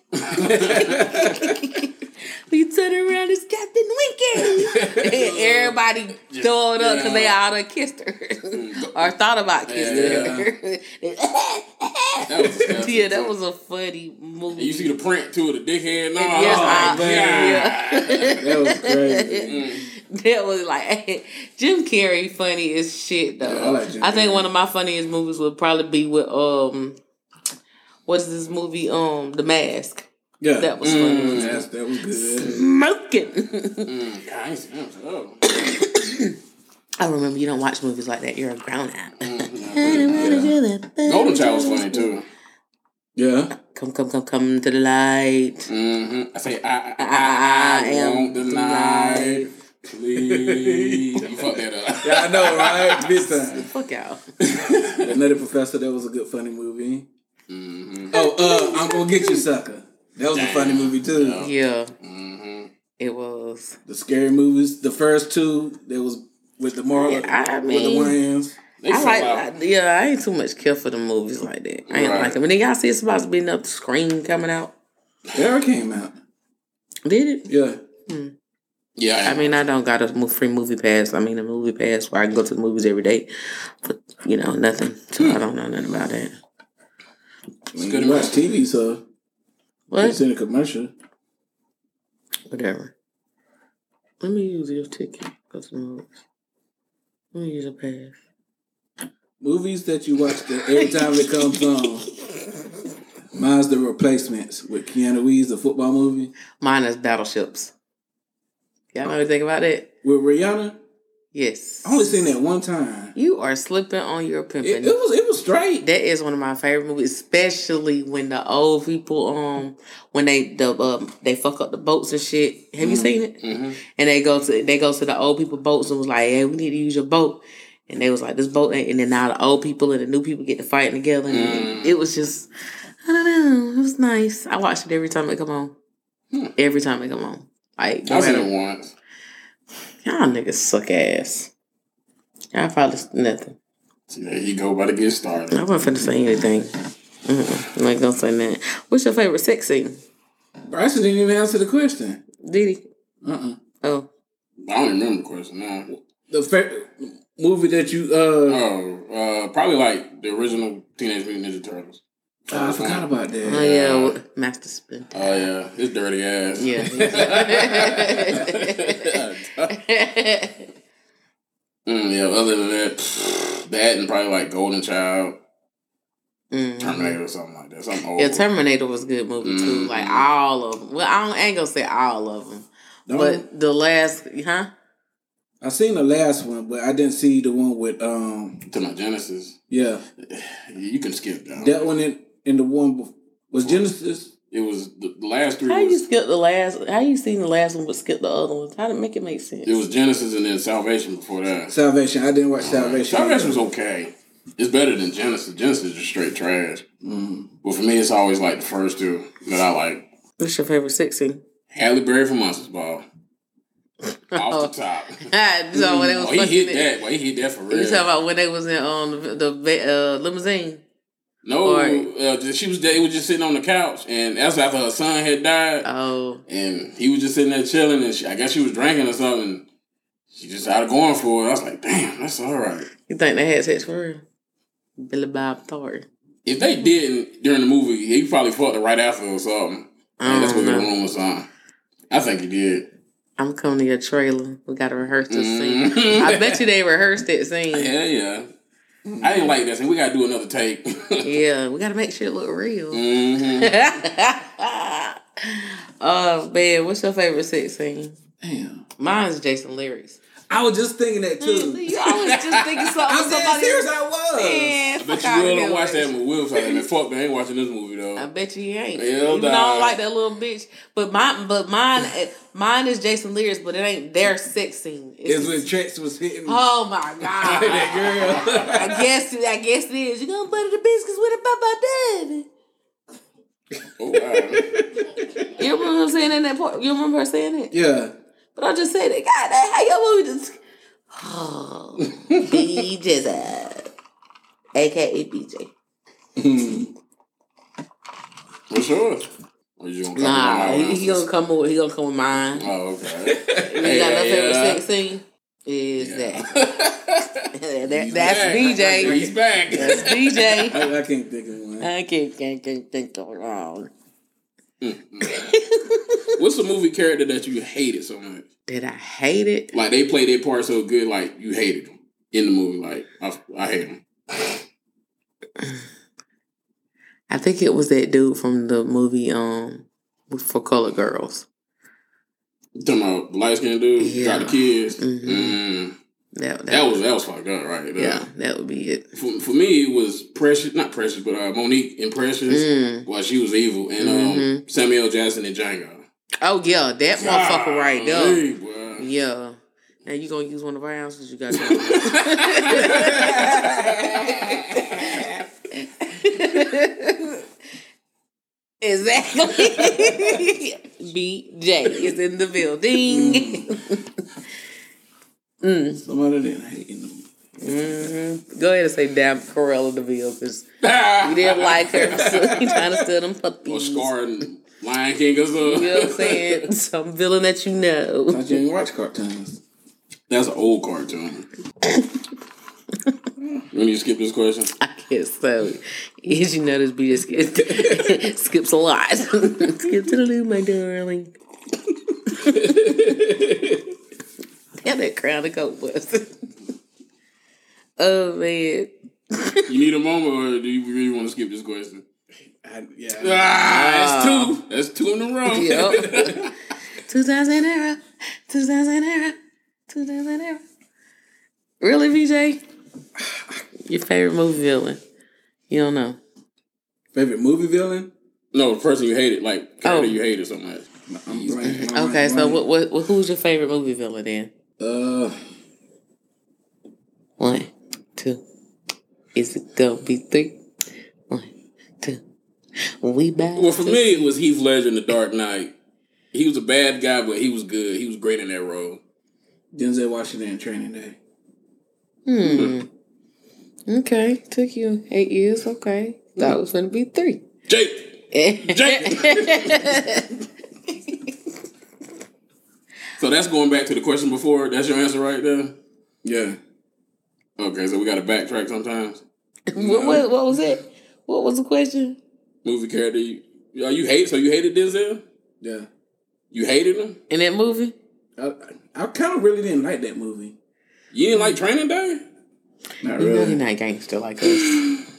B: *laughs* we turn around, it's Captain Winky.
C: *laughs*
B: And everybody throwed up because they all done kissed her *laughs* or thought about kissing her.
C: That was
B: *laughs* *laughs*
C: disgusting.
B: yeah, that was a funny movie.
C: You see the print too of the dickhead. No,
B: Yes,
C: oh,
B: I-
C: yeah.
A: That was crazy.
B: *laughs* That was like *laughs* Jim Carrey funny as shit though.
A: Yeah, I
B: I,
A: like Jim
B: think
A: Carrey.
B: one of my funniest movies would probably be with um what's this movie? Um The Mask.
A: Yeah. Mm-hmm.
B: That was funny.
A: That's- that was good.
B: Smoking. *laughs*
C: Mm, God, I ain't seen that. Oh.
B: I remember you don't watch movies like that. You're a grown up.
C: Golden Child was funny too.
A: Yeah.
B: *laughs* Come, come, come, come to the light.
C: Mm-hmm. I say, I, I,
B: I-
C: I,
B: I
C: I
B: am
C: won't deny.
B: denied.
C: Please. you fucked
B: *laughs*
C: that up.
A: Yeah, I know, right? Big time.
B: Fuck y'all.
A: Another Professor, that was a good, funny movie.
B: Mm-hmm.
A: Oh, uh, I'm gonna get you, sucker. That was a funny movie too.
B: *laughs* Yeah,
C: Mm-hmm.
B: it was.
A: The scary movies, the first two, that was with the Marlon,
B: Yeah, I
A: with the
B: mean-
A: Wayans.
C: They
B: I
C: fell
B: like,
C: out.
B: I- yeah, I ain't too much care for the movies like that. I ain't
C: Right.
B: like them. And then y'all see it's supposed to be another Scream coming out.
A: They ever came out.
B: Did it?
A: Yeah.
C: yeah,
B: I mean, I don't got a mo- free movie pass. I mean, a movie pass where I can go to the movies every day. But, you know, nothing. So I don't know nothing about that.
A: It's
C: good
A: good watch TV, so
B: What?
A: it's in a commercial.
B: Whatever. Let me use your ticket. Go to the movies. Let me use a pass.
A: Movies that you watch that every time it comes on. Mine's the replacements with Keanu Reeves, the football movie.
B: Mine is Battleships. Y'all know anything about that?
A: With Rihanna,
B: Yes.
A: I only seen that one time.
B: You are slipping on your
A: Oh. It, it
B: pimping.
A: was it was straight.
B: That is one of my favorite movies, especially when the old people um when they the um they fuck up the boats and shit. Have
A: Mm-hmm.
B: you seen it?
C: Mhm.
B: And they go to they go to the old people boats and was like, "Hey, we need to use your boat." And they was like, "This boat ain't." And then now the old people and the new people get to fighting together.
C: Mm.
B: And It was just I don't know. It was nice. I watched it every time it come on. Every time it come on, like no
C: Hmm. I seen
B: matter-
C: it once.
B: y'all niggas suck ass. Y'all probably nothing.
C: See, there you go, about to get started.
B: I wasn't finna say anything. Mm-mm, I'm not gonna say that. What's your favorite sex scene?
A: Bryson didn't even answer the question.
B: Diddy?
A: Uh-uh.
B: Oh,
C: I don't even remember the question now.
A: The fa- movie that you uh
C: Oh, uh, probably like the original Teenage Mutant Ninja Turtles.
A: oh, I forgot about
B: oh
A: that.
B: yeah, w- Master Splinter. *laughs*
C: Oh yeah, his dirty ass. *laughs*
B: Yeah. *laughs*
C: mm,
B: Mm-hmm.
C: yeah. Other than that, that and probably like Golden Child,
B: Mm.
C: Terminator, or something like that. Something old.
B: Yeah, Terminator was a good movie too.
C: Mhm.
B: Like all of them. Well, I, don't, I ain't gonna say all of them,
A: Don't-
B: but the last, huh?
A: I seen the last one, but I didn't see the one with um
C: to my Genesis,
A: yeah.
C: you can skip that.
A: That one in, in the one bef- was Genesis.
C: It was the the last three.
B: How you
C: Was,
B: skip the last? How you seen the last one but skip the other ones? How did make it make sense?
C: it was Genesis and then Salvation before that.
A: Salvation. I didn't watch Salvation.
C: Salvation was okay. It's better than Genesis. Genesis is just straight trash.
B: Mm-hmm.
C: But for me, it's always like the first two that I like.
B: What's your favorite sex *laughs* scene?
C: Halle Berry from Monsters Ball. Off
B: *laughs*
C: the top.
B: Ah, so when it was
C: Oh, he
B: fucking
C: hit
B: it-
C: that. Well, he hit that for real.
B: You talking about when they was in on the, the va- uh, limousine?
C: No,
B: Right.
C: uh, just- she was they was just sitting on the couch, and that's after her son had died,
B: Oh,
C: and he was just sitting there chilling, and she, I guess she was drinking or something. She just out of going for it. I was like, damn, that's all right.
B: you think they had sex for real? Billy Bob Thornton.
C: If they didn't during the movie, he probably fucked her right after or something.
B: I
C: And that's what
B: don't
C: the
B: know.
C: room was on. I think he did.
B: I'm coming to your trailer. We gotta rehearse this
C: Mhm. *laughs*
B: scene. I bet you they rehearsed that scene.
C: Yeah, yeah. I didn't like that scene. We gotta do another take. *laughs*
B: Yeah, we gotta make sure it look real.
C: hmm
B: *laughs* oh man, what's your favorite sex scene?
A: Damn.
B: Mine's Jason Leary's.
A: I was just thinking that too.
B: You always just thinking something.
A: I'm dead
B: Mm-hmm. somebody
A: serious. I was.
B: Man,
C: But
B: fuck
C: you
B: out
C: will
B: of
C: don't
B: here,
C: watch that
B: Leary's.
C: movie. Will was like, man, fuck, man, I ain't watching this movie though.
B: I bet you he ain't.
C: Hell
B: Even though I
C: nah.
B: don't like that little bitch. But mine, but mine, eh, mine is Jason Lear's, but it ain't their sex scene. It's
A: Is
B: just-
A: when Trex was hitting
B: *laughs* oh my god!
A: *laughs* that girl.
B: *laughs* I guess I guess it is. You gonna butter the biscuits with a papa daddy.
C: Oh, wow.
B: You remember him saying in that part? You remember her saying it?
A: yeah.
B: But I just said it. God, that how your movie just. Oh, *laughs* BJ, aka BJ.
C: For sure. Or you gonna come
B: Nah,
C: out
B: he,
C: with
B: he
C: this?
B: gonna come with he gonna come with mine. *laughs*
C: Oh, okay.
B: You got
C: Yeah,
B: no favorite
C: yeah. *laughs*
B: sex scene? Is that? *laughs* That-
C: He's
B: that's
C: back. He's
B: DJ.
C: back.
B: That's
C: *laughs*
B: DJ.
A: I, I can't think of one.
B: I can't, can't, can't think of wrong.
C: Mm-hmm. What's a movie character that you hated so much?
B: Did I hate it?
C: Like they played their part so good, like you hated them in the movie. Like I, I hate them.
B: I think it was that dude from the movie um for Colored Girls.
C: You talking about the light skinned dude,
B: Yeah.
C: got the kids.
B: Mhm.
C: Mm.
B: That, that,
C: That was that was fucked up, right? there.
B: yeah, that would be it.
C: For, for me, it was Precious, not Precious, but uh, Monique in Precious
B: Mm.
C: while she was evil, and
B: Mm-hmm.
C: um, Samuel Jackson and Django. Ah,
B: Oh yeah, that motherfucker right there.
C: Golly, boy.
B: Yeah. Now you gonna use one of our ounces you got.
C: *laughs*
B: *laughs* exactly. BJ is in the building.
A: Somebody didn't hate them.
B: Go ahead and say damn Corella Deville because you didn't like her. *laughs* So you trying to steal them
C: Or
B: puppies.
C: Scar and Lion King or
B: You know what I'm
C: something.
B: saying? Some villain that you know.
A: Thought you didn't watch cartoons.
C: That's an old cartoon. When you skip this question,
B: I guess *laughs* so. As you notice, B just skips, *laughs* skips a lot. Skip to the loo, my darling. *laughs* Damn that crown of coat was. *laughs* oh man.
C: you need a moment, or do you really want to skip this question?
A: I, yeah.
C: Ah, that's two. That's two in a row.
B: Yep. *laughs* Two times an era. Two times an era. Two times an era. Really, VJ? Your favorite movie villain? You don't know.
A: Favorite movie villain?
C: No, the person you hated, like
B: Oh.
C: character you hated so much.
A: I'm blanking, I'm
B: Okay, so
A: blanking.
B: what, what, what who's your favorite movie villain then?
A: Uh,
B: One, two. Is it gonna be three? One, two. We *laughs* back.
C: Well, for me, it was Heath Ledger in The Dark Knight. He was a bad guy, but he was good. He was great in that role.
A: Denzel Washington in Training Day.
B: Okay, took you eight years. Okay, thought it was gonna be three.
C: Jake, Jake. so that's going back to the question before. That's your answer right there.
A: Yeah.
C: Okay, so we got to backtrack sometimes.
B: *laughs* what, what, what was it? What was the question?
C: Movie character, you, oh, you hate. So you hated Denzel.
A: Yeah.
C: You hated him.
B: In that movie?
A: I, I kind of really didn't like that movie.
C: You didn't like Training Day.
A: Not
B: You know
A: really.
B: you're not gangster like *laughs* us.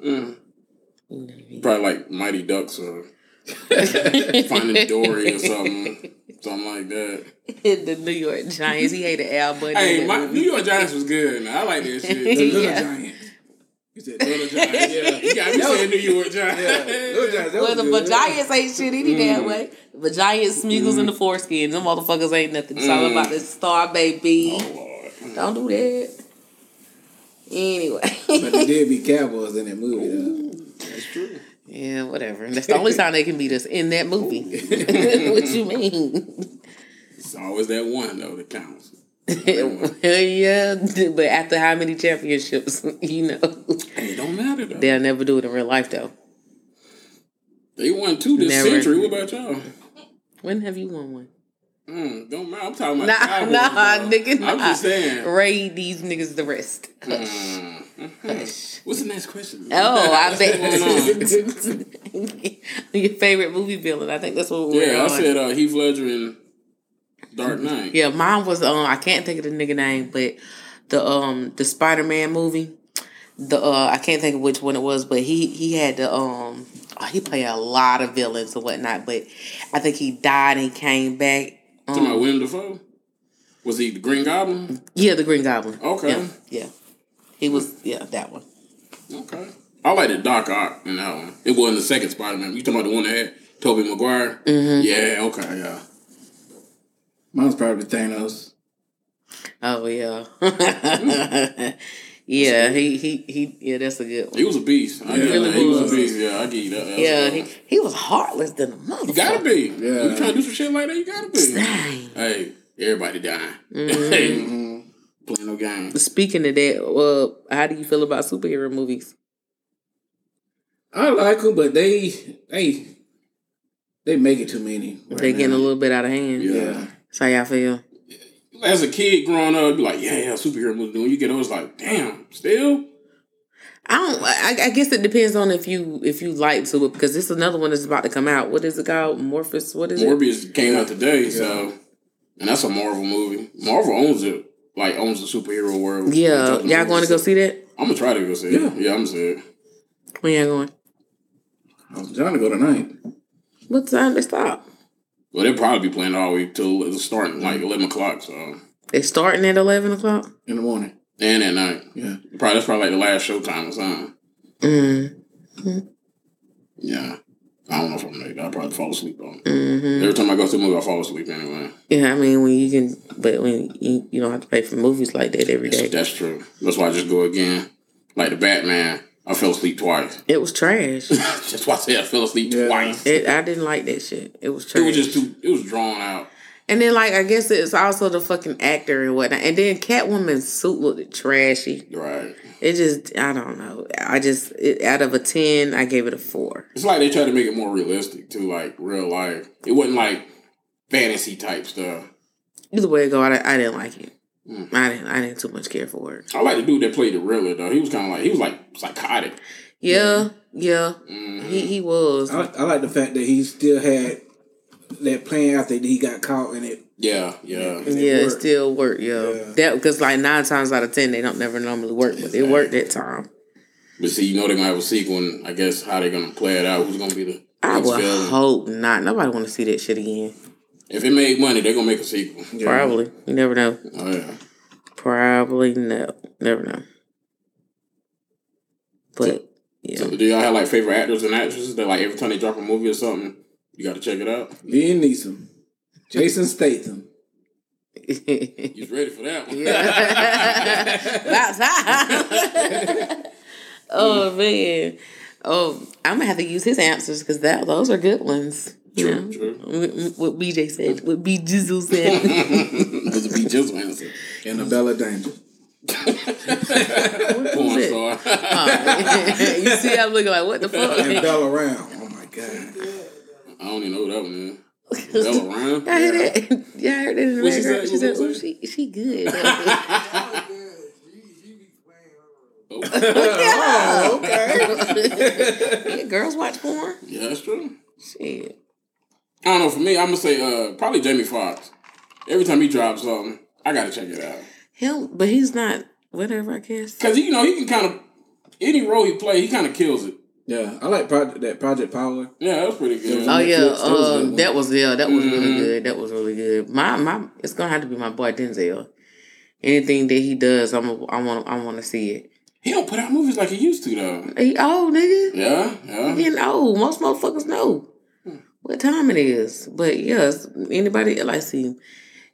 C: Probably like Mighty Ducks or *laughs* Finding Dory or something, something like that.
B: the New York Giants. He hated Al Bundy.
C: Hey, my, New York Giants was good. Man. I like that shit.
B: *laughs*
A: The Little
B: Yeah.
A: Giant. You said Little Giant.
C: Yeah, you got me saying New York Giants.
A: Little Giant. That
B: well, the
A: was good.
B: Giants ain't shit any damn way. The Giants, Smeagles, and the foreskin. Them motherfuckers ain't nothing. It's
C: Mm.
B: all about the star, baby. Don't do that. *laughs* Anyway.
A: But they did be cowboys in that movie, though.
B: yeah, whatever. That's the only time they can beat us in that movie. *laughs* what you mean?
C: It's always that one though that counts.
B: yeah, but after how many championships, *laughs* you know,
C: Hey, it don't matter though.
B: they'll never do it in real life, though.
C: They won two this
B: Never.
C: century.
B: *laughs*
C: What about y'all?
B: When have you won one?
C: Mm, don't matter. I'm talking about.
B: Nah,
C: Cowboys,
B: nah,
C: though.
B: nigga, nah.
C: I'm just saying.
B: Raid these niggas the wrist.
C: Mm. What's the next question?
B: *laughs* Oh, I
C: *laughs* What's
B: bet. *laughs* Your favorite movie villain. I think that's what we were
C: yeah, I
B: on.
C: said uh, Heath Ledger and Dark Knight.
B: yeah, mine was um I can't think of the nigga name, but the um the Spider Man movie. The uh I can't think of which one it was, but he he had the um oh, he played a lot of villains and whatnot, but I think he died and came back.
C: Talking about William Dafoe. Was he the Green Goblin?
B: Yeah, the Green Goblin.
C: Okay.
B: Yeah. yeah. He was yeah, that one.
C: Okay. I like the Doc Ock in that one. It wasn't the second Spider Man. You talking about the one that had Tobey Maguire?
B: Mm-hmm.
C: Yeah. Okay. Yeah.
A: Mine's probably Thanos.
B: Oh yeah. *laughs* yeah, he, he he yeah, that's a good one.
C: He was a beast. I yeah,
A: really
C: he was.
A: was.
C: a beast. Yeah, I give you that. That's
B: Yeah,
C: a-
B: he, he was heartless than a motherfucker.
C: you gotta be.
A: Yeah.
C: You trying to do some shit like that? You gotta be.
B: Dang.
C: hey, everybody dying.
B: Mm-hmm.
C: *laughs* Hey, playing no games.
B: Speaking of that, uh, how do you feel about superhero movies?
A: I like them, but they, they, they make it too many. right
B: they getting
A: now.
B: a little bit out of hand.
C: Yeah.
A: Yeah.
B: That's how y'all feel.
C: As a kid growing up, you like, yeah, yeah, superhero movie. When you get old, it's like, damn, still.
B: I don't. I, I guess it depends on if you if you like to it because this is another one that's about to come out. What is it called? Morpheus. What is it?
C: Morbius came out today, so and that's a Marvel movie. Marvel owns it. Like owns the superhero world.
B: Yeah, y'all going to go see that?
C: I'm gonna try to go see it.
A: Yeah.
C: Yeah, I'm gonna see it.
B: When y'all going?
A: I was trying to go tonight.
B: What time they stop?
C: Well, they'll probably be playing all week till it's starting like eleven o'clock. So
B: They starting at eleven o'clock.
A: in the morning.
C: and at night.
A: Yeah.
C: Probably that's probably like the last showtime or something.
B: Mm.
C: Yeah, I don't know if I'm late. I probably fall asleep on. it.
B: hmm
C: Every time I go to a movie, I fall asleep anyway.
B: Yeah, I mean when you can, but when you, you don't have to pay for movies like that every day.
C: That's true. That's why I just go again. Like the Batman, I fell asleep twice. *laughs*
B: It was trash.
C: That's why I said I fell asleep
A: Yeah.
C: twice.
B: It, I didn't like that shit. It was trash.
C: It was just too. It was drawn out.
B: and then like I guess it's also the fucking actor and whatnot. And then Catwoman's suit looked trashy.
C: Right.
B: It just I don't know. I just it, out of a ten, I gave it a four.
C: It's like they tried to make it more realistic to like real life. It wasn't like fantasy type stuff.
B: Either way it go, I, I didn't like it. I didn't. I didn't too much care for it.
C: I like the dude that played the Riddler though. He was kind of like he was like psychotic.
B: Yeah, yeah.
C: Mm.
B: He he was.
A: I, I like the fact that he still had that plan after he got caught in it.
C: Yeah, yeah.
A: it
B: yeah, it
A: worked.
B: still worked. Yeah,
A: Yeah.
B: that because like nine times out of ten, they don't never normally work, but it worked that time.
C: But see, you know they're gonna have a sequel. And I guess how they're gonna play it out? Who's gonna be the
B: I
C: next
B: would
C: villain?
B: hope not. Nobody want to see that shit again.
C: If it made money, they're gonna make a sequel.
B: Probably. You never know.
C: Oh yeah.
B: Probably no. Never know. But yeah,
C: So, do y'all have like favorite actors and actresses that like every time they drop a movie or something, you got to check it out?
A: Liam Neeson, Jason Statham.
B: *laughs*
C: You ready for that one?
B: about time. *laughs* oh man. Oh, I'm gonna have to use his answers because that those are good ones. You know?
C: True, *laughs* true.
B: What what BJ said, what B Jizzle
C: *laughs*
B: said.
C: Because it be just answer. uh,
A: Annabella Danger.
B: *laughs*
C: Porn
B: it?
C: *laughs* star.
B: you see, I'm looking like, what
C: *laughs*
B: the
A: And
B: fuck? *laughs*
A: Bella Round. Oh my God.
C: I don't even know who that one. is. Bella Ryan.
B: I heard that. *laughs* Yeah, I heard that in the
C: What'd she
B: background.
C: say?
B: She said,
C: What
B: "Ooh,
C: was
B: she she good."
C: *laughs*
B: *laughs*
A: Oh, okay.
B: *laughs* yeah, girls watch porn.
C: Yeah, that's true.
B: Shit.
C: I don't know. For me, I'm gonna say uh, probably Jamie Foxx. Every time he drops something, I gotta check it out.
B: Hell, but he's not. Whatever, I guess.
C: Cause you know he can kind of any role he play, he kind of kills it.
A: Yeah, I like project, that Project Power.
C: Yeah, that's pretty good.
B: Oh
A: Netflix,
B: yeah,
A: that was a good Mm-hmm.
B: uh,
A: one.
B: that was yeah, that was really
C: Mhm.
B: good. That was really good. My my, it's gonna have to be my boy Denzel. Anything that he does, I'm a, I want I want to see it.
C: He don't put out movies like he used to though.
B: He old nigga,
C: Yeah, yeah.
B: he old. Most motherfuckers know what time it is. But yes, anybody I like see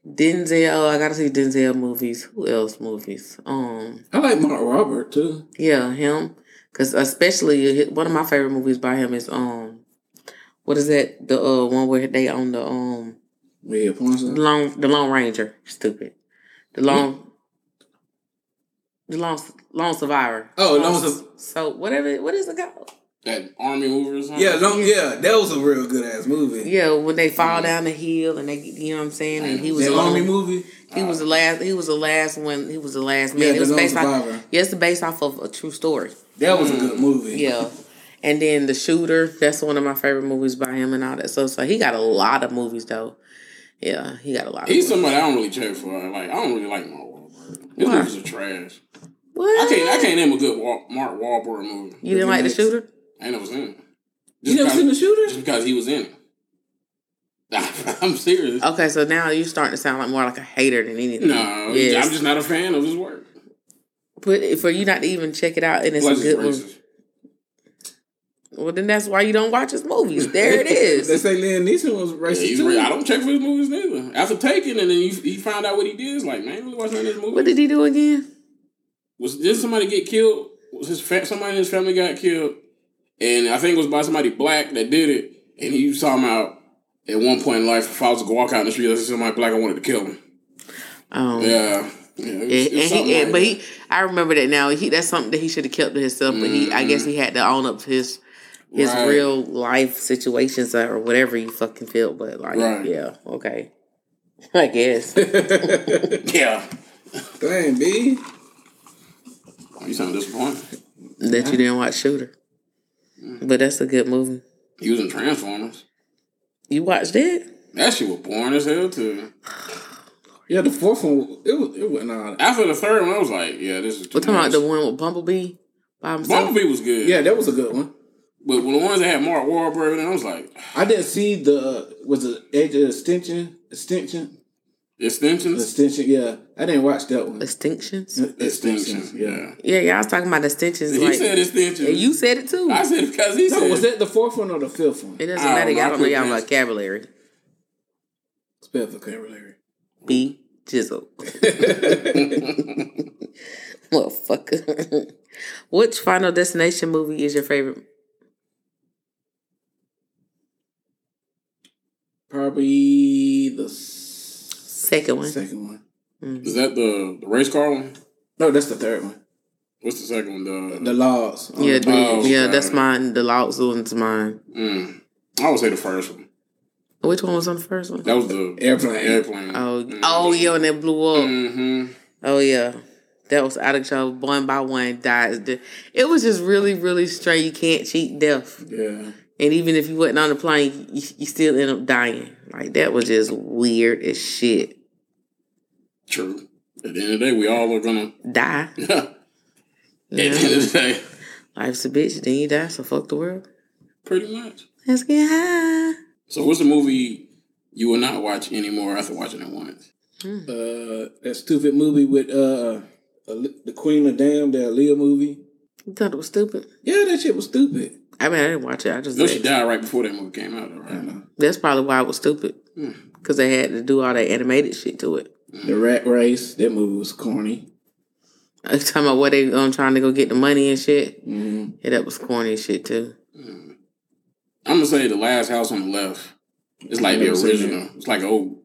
B: Denzel. I gotta see Denzel movies. Who else movies? Um,
A: I like Mark Robert too.
B: yeah, him. Cause especially hi- one of my favorite movies by him is um, what is that? The uh one where they on the um.
A: Yeah,
B: The
A: Ponson.
B: long, the Lone Ranger, stupid. The long, the long, long survivor.
A: Oh, Lone
B: Su-
A: Su-
B: so whatever. What is it called?
C: That army movie or something.
A: Yeah, long, yeah, that was a real good ass movie.
B: Yeah, when they fall down the hill and they, get- you know what I'm saying. And he was
A: That
B: the
A: army
B: only,
A: movie.
B: he was the last. He was the last one. He was the last man.
A: Yeah,
B: it
A: The
B: was
A: Lone
B: based
A: Survivor.
B: off. Yes, based off of a true story.
A: That was a good movie.
B: Mm. Yeah. And then The Shooter, that's one of my favorite movies by him and all that. So, so he got a lot of movies though. Yeah, he got a lot. Of movies.
C: He's somebody I don't really check for. Like I don't really like Mark Wahlberg. His
B: Why?
C: movies are trash.
B: What?
C: I can't. I can't name a good Wa- Mark Wahlberg movie.
B: You didn't like The Shooter?
C: I ain't never seen it.
A: You never
C: because-
A: seen The Shooter?
C: Just because he was in it. *laughs* I'm serious.
B: Okay, so now you're starting to sound like more like a hater than anything.
C: No,
B: yes.
C: I'm just not a fan of his work.
B: But for you not to even check it out, and it's
C: Plus,
B: a
C: it's
B: good one.
C: racist.
B: Well, then that's why you don't watch his movies.
C: *laughs*
B: There it
A: They
B: is.
A: say Liam Neeson was
C: Yeah,
A: racist
C: he's
A: too.
C: ra- I don't check for his movies neither. After Taken, and then you, he found out what he did. It's like, man, I ain't really watch none of his movies.
B: what did he do again?
C: was did somebody get killed? Was his fa- somebody in his family got killed? And I think it was by somebody black that did it. And he was talking about at one point in life, if I was to go walk out in the street, I see somebody black, I wanted to kill him.
B: Um,
C: Yeah, yeah. It was,
B: And,
C: it was
B: and
C: something
B: he, and,
C: like
B: but
C: that.
B: he, I remember that now. He that's something that he should have kept to himself. But he, I guess he had to own up to his his
C: Mm-hmm. Right.
B: real life situations or whatever you fucking feel. But like,
C: Right.
B: yeah, okay, *laughs* I
C: *laughs*
A: *laughs*
B: guess.
C: yeah.
A: Damn, B.
C: You sound disappointed.
B: that you didn't watch Shooter.
C: Mm.
B: But that's a good movie.
C: He was in Transformers.
B: You watched it?
C: That shit was boring as hell too.
A: Yeah, the fourth one, it was it wasn't all that.
C: After the third one, I was like, yeah, this is too
B: We're talking about
C: much.
B: the one with Bumblebee by himself.
C: Bumblebee was good.
A: Yeah, that was a good one.
C: But when the ones that had Mark Wahlberg, and I was like,
A: uh, I didn't see the was the edge of extension extension.
C: Extensions?
A: Extension, yeah. I didn't watch that one.
B: Extinctions?
C: Extensions, yeah.
B: Yeah, y'all was talking about extinctions.
C: He
B: like,
C: said extensions.
B: and you said it too.
C: I said because he
A: No,
C: said
A: was that the fourth one or the fifth one?
B: it doesn't
C: I don't
B: matter.
C: know, I
B: Y'all don't know
C: couldn't
B: y'all
C: answer.
B: vocabulary.
A: Spell for vocabulary.
B: Be jizzle.
C: *laughs*
B: Motherfucker. Which Final Destination movie is your favorite?
A: Probably the s-
B: Second one.
A: second one.
C: Is that the, the race car one?
A: No, that's the third one.
C: What's the second one? The,
A: The laws. on
B: Yeah,
A: the
B: the-
A: bottom.
C: Oh,
B: yeah,
C: okay.
B: that's mine. The Lost one's mine.
C: mm, I would say the first one.
B: Which one was on the first one?
C: That was the
A: Airplane.
C: Airplane.
B: Oh, oh yeah, and it blew up.
C: Mm-hmm.
B: Oh yeah, that was out of control. One by one dies. The- It was just really, really strange. You can't cheat death,
A: Yeah.
B: and even if you wasn't on the plane, you, you still end up dying. Like that was just weird as shit.
C: True. At the end of the day, we all are gonna. *laughs*
B: Die.
C: At the
B: you know?
C: end of the day,
B: Life's a bitch. Then you die. So fuck the world.
C: pretty much.
B: Let's get high.
C: So, what's the movie you will not watch anymore after watching it once?
A: Uh, that stupid movie with uh, Ale- the Queen of Damn, that Aaliyah movie.
B: You thought it was stupid.
A: Yeah, that shit was stupid.
B: I mean, I didn't watch it. I just
C: No, she
B: did.
C: died right before that movie came out. Though, right?
B: that's probably why it was stupid because they had to do all that animated shit to it. *laughs*
A: The Rat Race. That movie was corny.
B: I was talking about where they um trying to go get the money and shit.
A: Mm-hmm.
B: Yeah, that was corny as shit too.
C: I'm gonna say the last house on the left. It's like the
A: Never seen
C: original. It's like an old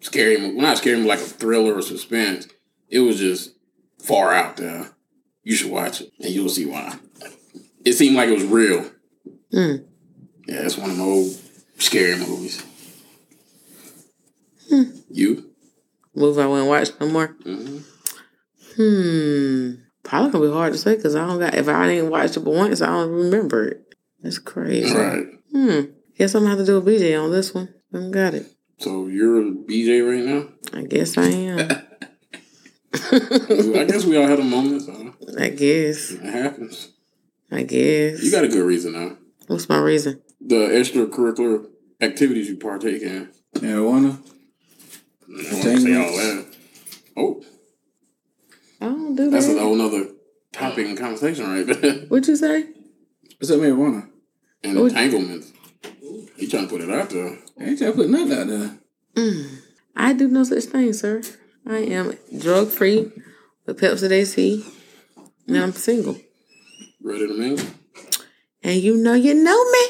C: scary movie. Well, not scary, movie, like a thriller or suspense. It was just far out there. You should watch it, and you'll see why. It seemed like it was real. Yeah, that's one of my old scary movies. You?
B: Movie I wouldn't watch no more.
A: Mm-hmm.
C: Mhm.
B: Hmm. Probably gonna be hard to say because I don't got. If I didn't watch it but once, I don't remember it. That's crazy.
C: Right.
B: Hmm. Guess I'm gonna have to do a BJ on this one. I don't got it.
C: So you're a BJ right now?
B: I guess I
C: *laughs*
B: am.
C: I guess we all had a moment. So
B: I guess.
C: it happens.
B: I guess.
C: You got a good reason now.
B: What's my reason?
C: The extracurricular activities you partake in.
A: Marijuana.
C: I don't wanna say all that. Oh,
B: I don't do
C: that's a
B: that.
C: whole nother topic and conversation right there. *laughs*
B: What'd you say?
A: What's up, marijuana?
C: And
B: Oh.
C: entanglements. You trying to put it out there.
A: I ain't trying to put nothing out there.
B: I do no such thing, sir. I am drug free with Pepsi DC, and I'm single.
C: Ready to mingle?
B: And you know you know me.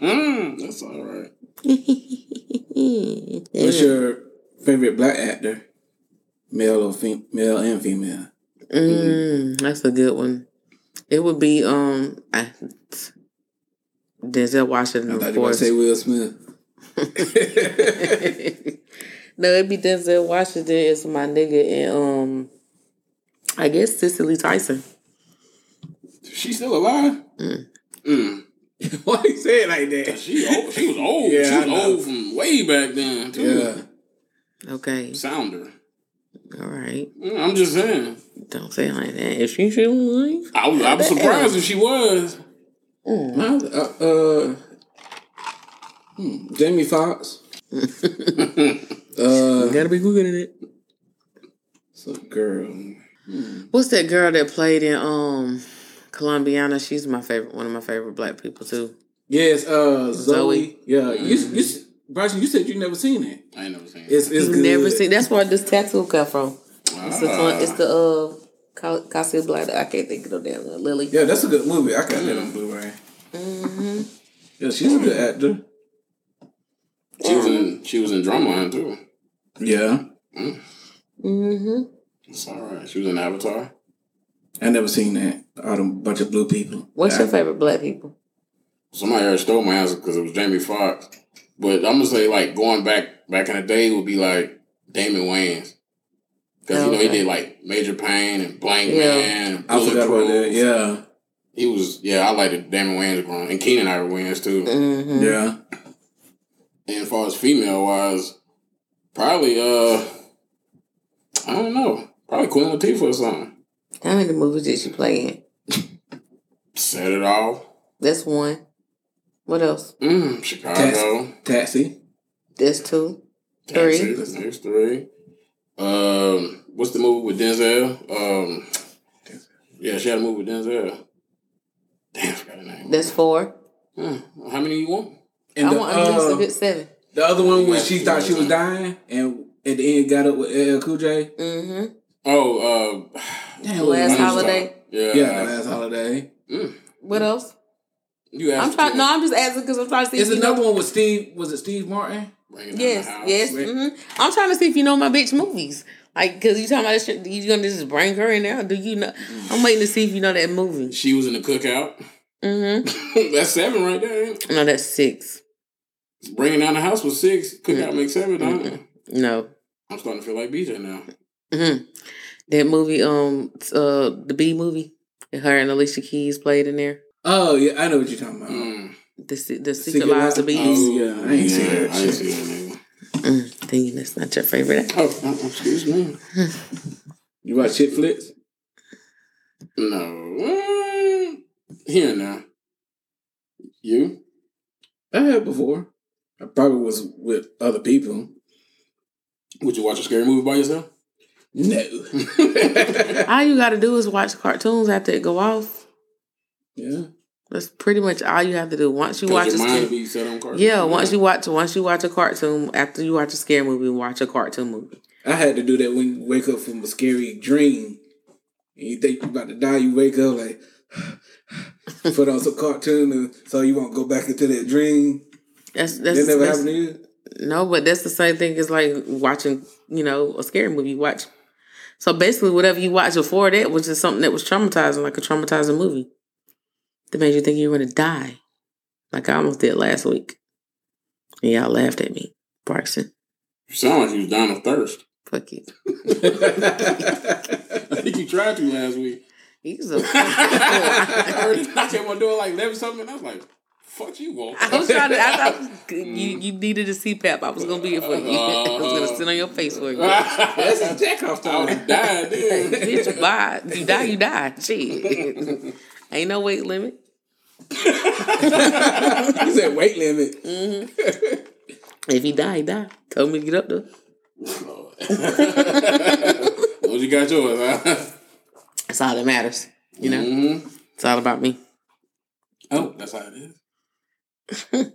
C: Mm, that's all right.
B: *laughs*
A: What's your favorite black actor? Male or fem- male and female? Mm-hmm.
B: Mm, that's a good one. It would be um I- Denzel Washington,
A: I thought
B: of
A: you were
B: course.
A: say Will Smith.
B: no, it'd be Denzel Washington is my nigga, and um, I guess Cicely Tyson.
C: She still alive? Mm.
A: *laughs* Why you say it like that?
C: She old. She was
A: *laughs*
C: old.
A: Yeah, I
C: she was
A: know.
C: old from way back then. Too.
A: Yeah.
B: Okay,
C: Sounder.
B: all right.
C: Mm, I'm just saying.
B: Don't say it like that. If she still alive,
C: I was, I was surprised if she was.
A: Mm. Mine's, uh, uh, hmm, Jamie Foxx. uh,
B: gotta be googling it.
A: so girl.
B: What's that girl that played in um Colombiana? She's my favorite, one of my favorite black people too.
A: Yes, uh, Zoe.
B: Zoe.
A: Yeah, you, you,
C: Mm.
A: s- Bryson, you said you never seen it.
C: I ain't never seen it.
A: It's, it's
B: You've
A: good.
B: never seen. That's where this tattoo come from. It's the
C: Ah.
B: Col- it's the uh Col- Casablanca. I can't think of no damn one. Lily. Mm-hmm.
A: Yeah, that's a good movie. I got that on Blu-ray. Yeah, she's a good actor.
C: Ah. She was in she was in Drumline too.
A: Yeah,
B: Mm-hmm.
C: It's all right. She was in Avatar.
A: I never seen that. All them bunch of blue people.
B: What's
A: Yeah.
B: your favorite black people?
C: Somebody already stole my answer because it was Jamie Foxx. But I'm gonna say like going back back in the day would be like Damon Wayans because you know he
B: Okay.
C: did like Major Payne and Blank
B: Yeah.
C: Man. And
A: I forgot about that.
C: Bulletproof.
A: Yeah,
C: He was yeah. I liked Damon Wayans growing and Keenan Ivory Wayans too.
B: Mm-hmm.
A: yeah.
C: And as far as female wise, probably uh, I don't know, probably Queen Latifah or something.
B: How many movies did she play in?
C: Set it off.
B: That's one. What else?
C: Mm, Chicago.
A: Taxi.
B: That's two. Three.
C: Taxi, That's next three. Um, what's the movie with Denzel? Um, yeah, she had a movie with Denzel. Damn, I forgot her name.
B: That's four.
C: Hmm. How many you want?
B: I
A: And the,
B: want at least
A: uh,
B: a good seven.
A: the other one when she
C: Yeah.
A: thought she was dying and at the end got up with LL Cool J.
B: Mm-hmm.
C: Oh, uh,
A: Damn, what
B: Last
A: was-
B: Holiday.
C: Yeah.
A: Yeah, last holiday.
B: What else?
C: You asked
B: I'm trying.
C: me.
B: No, I'm just asking because I'm trying to see.
A: It's
B: if you know-
A: another Ah, one with Steve. Was it Steve Martin?
C: Bring it down
B: Yes,
C: the house.
B: yes.
A: Right.
B: hmm I'm trying to see if you know my bitch movies. Like, because you talking about this shit, you gonna just bring her in there? Do you know? I'm waiting to see if you know that movie.
C: She was in the cookout. *laughs*
B: Mm-hmm.
C: that's seven right there. ain't it?
B: No, that's six.
C: Bringing down the house was six. Cookout makes seven. huh?
B: Mm-hmm. No.
C: I'm starting to feel like BJ now.
B: hmm That movie, um, t- uh, the B movie, and her and Alicia Keys played in there.
A: Oh yeah, I know what you're talking about.
C: Mm.
B: The Se- the Secret,
A: Secret
B: Lives
A: Lives-
B: of Bees.
A: Oh. Yeah, I ain't seen that
C: I ain't
A: shit.
C: seen that nigga.
B: Mm, dang, that's not your favorite.
C: Oh, uh, excuse me.
A: You watch shit flicks?
C: No. Mm. Here now. You?
A: I had before. I probably was with other people.
C: Would you watch a scary movie by yourself? *laughs*
A: No. *laughs* yeah.
B: All you gotta do is watch cartoons after it go off. That's pretty much all you have to do. Once you watch a
C: Because your mind
B: scary,
C: will be set on cartoon.
B: yeah, once you watch once you watch a cartoon, after you watch a scary movie, watch a cartoon movie.
A: I had to do that when you wake up from a scary dream and you think you're about to die, you wake up like *sighs* put on some cartoon and so you won't go back into that dream.
B: That's that's,
A: That never
B: that's-
A: happened to you?
B: no, but that's the same thing as like watching you know a scary movie. You watch so basically whatever you watched before that was just something that was traumatizing, like a traumatizing movie that made you think you were gonna die, like I almost did last week. And y'all laughed at me, Parkson.
C: You sound like you was dying of thirst.
B: Fuck you.
C: I think you tried to last week.
B: He's a.
C: *laughs* I
B: *laughs* I
C: heard he knocked at my door like eleven something, and I was like, "Fuck you, Walt."
B: was trying to. I thought you, you needed a CPAP. I was gonna be here for you. *laughs* I was gonna sit on your face for you.
A: *laughs* That's
C: *laughs* I
A: his jack off
C: would
A: time.
C: have
B: *laughs*
C: died then.
B: Bitch, bye. You die, you die. *laughs* Shit. Ain't no weight limit.
A: He's at weight limit.
B: If he die, he die. Told me to get up though.
C: Well, you got yours, huh?
B: That's all that matters. You know,
C: Mm-hmm.
B: it's all about me.
C: Oh, that's how it is.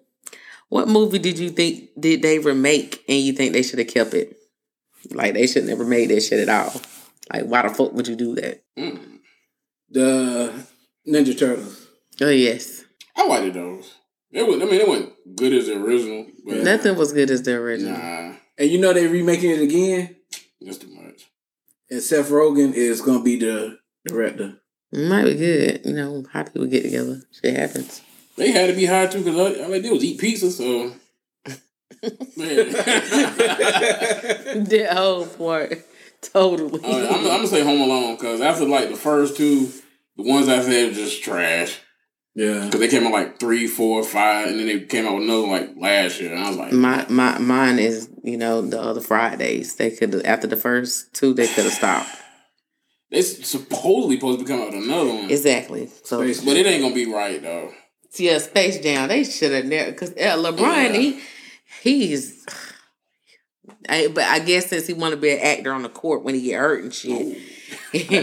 B: What movie did you think did they remake and you think they should have kept it? Like they should never made that shit at all. Like why the fuck would you do that?
C: Mm.
A: The Ninja Turtles.
B: Oh yes,
C: I liked those. It was, I mean, it wasn't good as the original, but
B: nothing was good as the original.
C: Nah,
A: And you know they're remaking it again?
C: that's too much.
A: And Seth Rogen is gonna be the director.
B: It might be good. You know how people get together. Shit happens. *laughs*
C: They had to be high too, because all, all they did was eat pizza. So, *laughs* man.
B: The whole part, totally.
C: All right, Oh, I'm, I'm gonna say Home Alone because after like the first two, the ones I said were just trash
A: yeah.
C: because they came out like three, four, five, and then they came out with another one, like last year, and I was like,
B: my my mine is you know the other Fridays. They could after the first two they could have stopped.
C: they supposedly supposed to come out with another one,
B: Exactly. So
A: Space-
C: but it ain't gonna be right though.
B: yeah, Space Jam. They should have never because LeBron
C: Yeah.
B: he he's. *sighs* I, but I guess since he want to be an actor on the court when he get hurt and shit, *laughs* he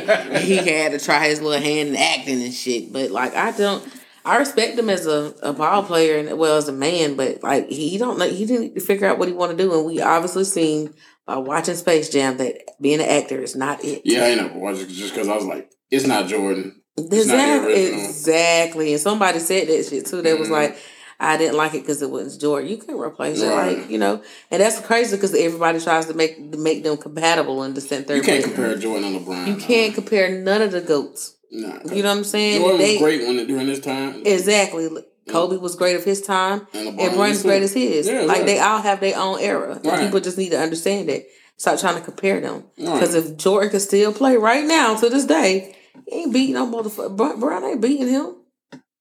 B: had to try his little hand in acting and shit. But like I don't, I respect him as a, a ball player and well as a man. But like he don't know, he didn't figure out what he want to do, and we obviously seen by watching Space Jam that being an actor is not it.
C: Yeah, I ain't never watched it just because I was like, it's not Jordan. not the
B: Exactly.
C: original.
B: exactly. And somebody said that shit too. They was
C: Mhm.
B: like, I didn't like it because it wasn't Jordan. You couldn't replace it,
C: Right.
B: like you know. And that's crazy because everybody tries to make to make them compatible and descent
C: You
B: third.
C: can't compare Jordan and LeBron.
B: You
C: though.
B: can't compare none of the goats.
C: Nah, 'cause
B: You know what I'm saying?
C: Jordan
B: They-
C: was great Mm. when during this time,
B: Exactly. Kobe was great of his time,
C: and LeBron
B: and Brian's
C: too.
B: great as his.
C: Yeah,
B: like
C: right.
B: they all have their own era. And
C: Right.
B: People just need to understand that. Stop trying to compare them.
C: Right.
B: Because if Jordan could still play right now to this day, he ain't beating no motherfucker. Brian ain't beating him.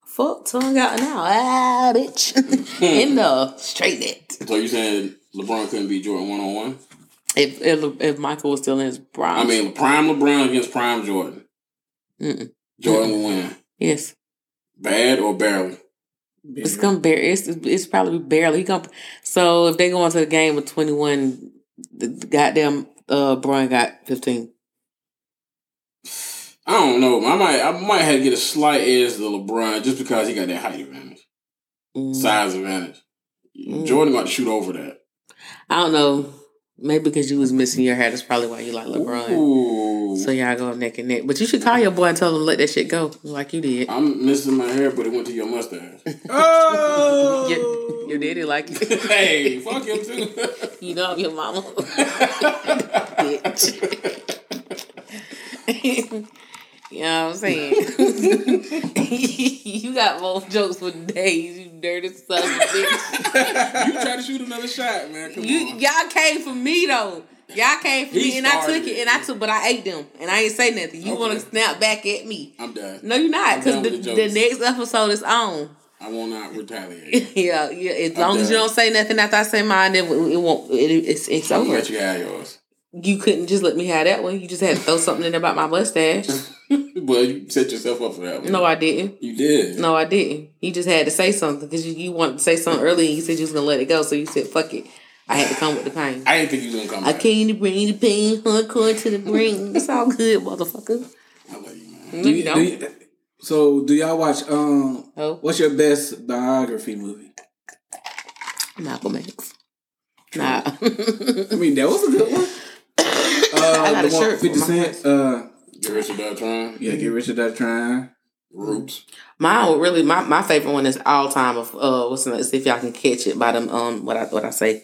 B: Fuck tongue out now. Ah,
C: *laughs*
B: bitch. In the straight net.
C: Hmm. So you saying LeBron couldn't be Jordan one on one?
B: If, if if Michael was still in his prime,
C: I mean, prime LeBron against prime Jordan.
B: Mm-mm.
C: Jordan will win.
B: yes,
C: Bad or barely?
B: It's gonna bear. It's it's probably barely. He gonna, so if they go into the game with twenty one, the the goddamn uh Brun got fifteen.
C: I don't know. I might I might have to get a slight edge to LeBron just because he got that height advantage,
B: Mm.
C: size advantage.
B: Mm.
C: Jordan about to shoot over that.
B: I don't know. Maybe because you was missing your hat, that's probably why you like LeBron.
C: Ooh.
B: So y'all go neck and neck. But you should call your boy and tell him to let that shit go, like you did.
C: I'm missing my hair, but it went to
B: *laughs*
C: your mustache.
A: Oh,
B: Your, your daddy like you.
C: *laughs* hey, fuck him too. *laughs*
B: You know I'm your mama. *laughs* you know what I'm saying? *laughs* you got more jokes for days, you dirty son of a bitch.
C: you try to shoot another shot, man. Come
B: You
C: on.
B: y'all came for me though. Y'all came for
C: He
B: me and I
C: started
B: took
C: it.
B: it and I took but I ate them and I ain't say nothing. You
C: Okay.
B: wanna snap back at me.
C: I'm done.
B: No, you're not,
C: I'm
B: because
C: done
B: the,
C: with the
B: the
C: jokes.
B: next episode is on.
C: I will not
B: *laughs*
C: retaliate.
B: yeah, yeah. As
C: I'm
B: long as you
C: done.
B: don't say nothing after I say mine, then it, it won't. It, it's it's
C: I'm gonna
B: over.
C: let you have yours.
B: You couldn't just let me have that one. You just had to throw something in there about my mustache.
C: Well, you set yourself up for that
B: *laughs*
C: one.
B: No, I didn't.
C: you did.
B: No, I didn't. You just had to say something because you, you wanted to say something earlier. And you said you was gonna let it go, so you said fuck it. I had to come with the pain.
C: I didn't think you was gonna come
B: I
C: back.
B: came to bring the pain, hardcore to the brain. It's all good, motherfucker.
C: I love you, man.
B: No, you
A: Do you-
B: don't.
A: so do y'all watch um?
B: Oh,
A: What's your best biography movie?
B: Malcolm X. Nah. *laughs*
A: I mean, that was a good one. Uh,
B: *coughs* I got
A: the
B: a
A: one-
B: shirt with
A: 50
B: my
A: Cent. Uh,
C: Get rich about trying.
A: yeah, get rich or die trying.
C: Roots.
B: My really my, my favorite one is all time of uh what's the name? See if y'all can catch it by them um what I what I say.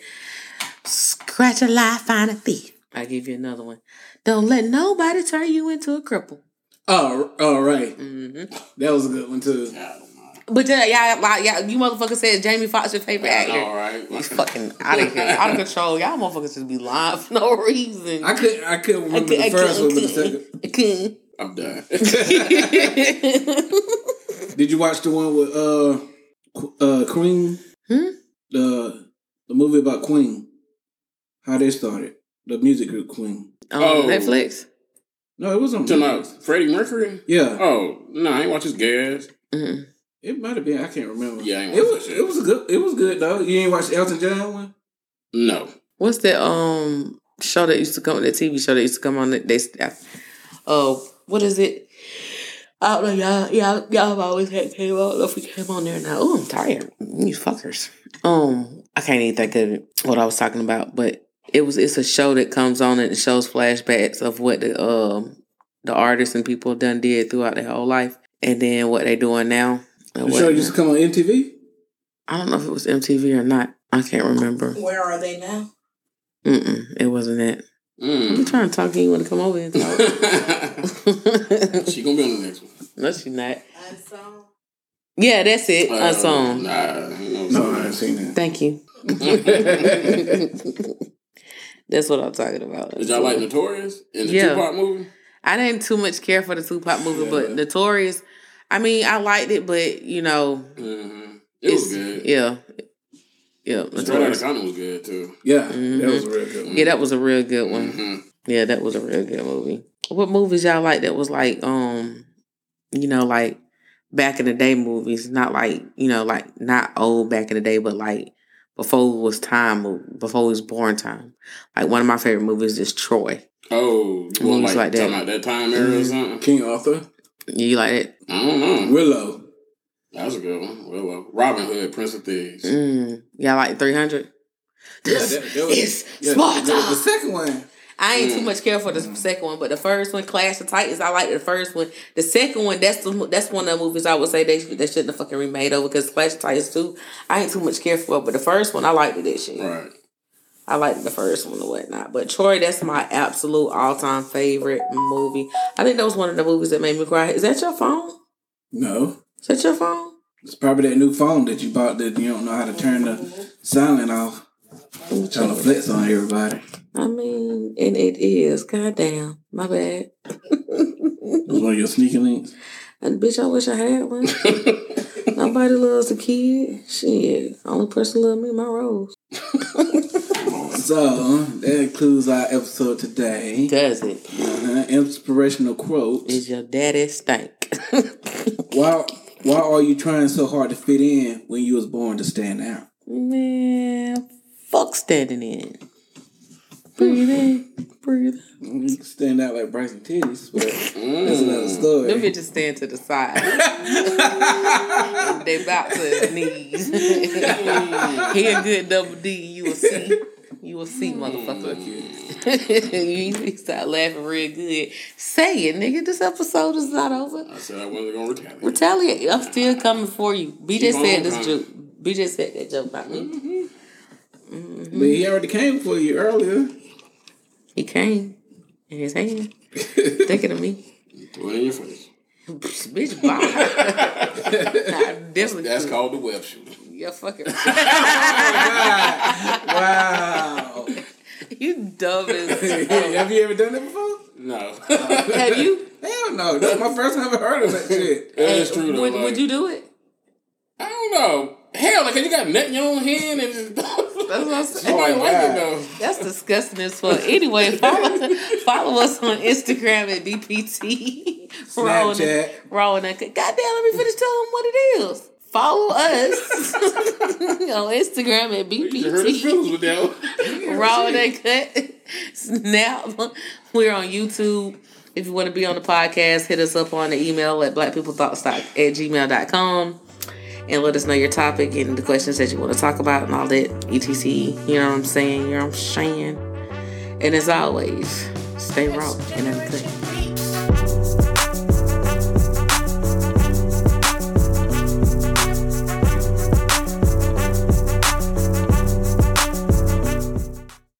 B: Scratch a lie, find a thief. I give you another one. Don't let nobody turn you into a cripple.
A: Oh, all right.
B: hmm
A: That was a good one too.
C: I don't mind.
B: But yeah, y'all, like, y'all, you motherfuckers said Jamie Foxx your favorite
C: All
B: actor.
C: right.
B: He's fucking out of here, out of control. Y'all motherfuckers just be lying for no reason.
A: I could I couldn't remember the first one, but the second.
B: I couldn't.
C: I'm done. *laughs*
A: Did you watch the one with uh, Qu- uh Queen?
B: Hmm?
A: The the movie about Queen, how they started the music group Queen.
B: on
C: Oh.
B: Netflix.
A: No, it was on.
C: Talking about Freddie Mercury?
A: Yeah,
C: Oh, no, I ain't watch his gas.
B: Mm-mm.
A: it might have been. I can't remember.
C: Yeah, I ain't
A: it
C: watched
A: was.
C: that shit.
A: It was a good. It was good though. You ain't watched the Elton John one?
C: No.
B: What's that um show that used to come? That TV show that used to come on? That they, uh, what is it? I don't know, y'all. Y'all, y'all have always had came. I don't know if we came on there now. Oh, I'm tired. You fuckers. Um, I can't even think of what I was talking about, but it was. It's a show that comes on and it shows flashbacks of what the um the artists and people done did throughout their whole life, and then what they doing now.
A: The
B: and what
A: show
B: now.
A: used to come on MTV.
B: I don't know if it was MTV or not. I can't remember.
D: Where are they now?
B: Mm-mm, it wasn't it. I'm
C: Mm.
B: trying to talk to you when to come over and talk.
C: *laughs* she gonna be on the next one.
B: *laughs* no, she not.
D: Unsung.
B: Yeah, that's it.
C: Uh,
B: That's on.
C: Nah, I ain't
A: No,
C: know
A: I ain't seen that.
B: Thank you. *laughs* that's what I'm talking about.
C: Did y'all like Notorious in the
B: Yeah.
C: Tupac movie?
B: I didn't too much care for the Tupac movie, but
A: Yeah.
B: Notorious. I mean, I liked it, but you know,
C: Mm-hmm. It was
B: it's-
C: good.
B: Yeah, yeah,
C: Straight Outta
B: Notorious.
C: Compton was good too.
A: *laughs* Yeah, that
B: Mhm.
A: was a real good one.
B: Yeah, that was a real good one.
C: hmm
B: Yeah, that was a real good movie. What movies y'all like that was like um you know like back in the day movies, not like, you know, like not old back in the day but like before it was time mov- before it was born time. Like one of my favorite movies is Troy.
C: Oh, you want,
B: Movies like
C: like,
B: that. Mm-hmm.
C: talking about that time era or something?
A: King Arthur,
B: You like it?
C: I don't know.
A: Willow.
C: That was a good one. Well, well, Robin Hood, Prince of Thieves.
B: Mm. Y'all like 300?
A: Yeah,
B: This
A: that- that was-
B: is
A: Yeah,
B: Sparta.
A: the, the second one.
B: I ain't too
C: Mm.
B: much care for the second one, but the first one, Clash of Titans, I like the first one. The second one, that's the that's one of the movies I would say they they shouldn't have fucking remade over because Clash of Titans two, I ain't too much care for. But the first one, I liked that shit.
C: Right. *laughs*
B: I liked the first one and whatnot. But Troy, that's my absolute all time favorite movie. I think that was one of the movies that made me cry. Is that your phone?
A: No,
B: Is that your phone?
A: it's probably that new phone that you bought that you don't know how to turn the silent off. Trying to flex on everybody.
B: I mean, and it is. Goddamn, my bad.
A: That's one of your sneaky links.
B: And bitch, I wish I had
C: *laughs*
B: one. Nobody loves a kid. Shit. Only person love me, my rose.
A: So that includes our episode today.
B: Does it?
A: Uh-huh. Inspirational quotes.
B: Is your daddy stank?
A: While Why are you trying so hard to fit in when you was born to stand out?
B: *laughs* Man, fuck standing in. Breathe in, breathe. out.
A: You can stand out like Bryson Titties, but that's another
B: Them
A: story.
B: bitches stand to the side. they bout to his *laughs* knees. he a good double D. You will see. You will see, motherfucker. *laughs* you you start laughing real good. Say it, nigga. This episode is not over.
C: I said I wasn't gonna retaliate.
B: Retaliate. I'm still coming for you. BJ
C: Keep on
B: said this
C: coming.
B: joke. BJ said that joke about me.
A: But he already came for you earlier.
B: He came in his hand, thinking of me.
C: Throw it in your face.
B: Bitch,
C: *laughs*
B: bye. I definitely.
C: That's called the web shoot.
B: You're fucking.
A: Wow.
B: *laughs* you dumb as.
C: *laughs*
A: Have you ever done that before?
C: No, *laughs*
B: Have you?
A: Hell no. That's my first time I heard of that shit.
C: that's true. Though,
B: Would,
C: like,
B: would you do it?
C: I don't know. Hell, like 'cause you got nut in your own hand and just. *laughs*
B: That's what I'm
C: I
B: saying.
C: might like
A: God.
C: it though.
B: That's disgusting as fuck. Anyway, follow, follow us on Instagram at *laughs* BPT. Raw and-
A: Snapchat.
B: Raw and uncut. Goddamn, let me finish telling them what it is. Follow us *laughs* on Instagram at
C: *laughs* You hurt his
B: BPT.
C: feelings with that.
B: *laughs*
C: one.
B: Raw and uncut. Snap. We're on YouTube. If you want to be on the podcast, hit us up on the email at blackpeoplethoughts at gmail.com and let us know your topic and the questions that you want to talk about and all that. ETC, you know what I'm saying? You know what I'm saying? And as always, stay raw and uncut.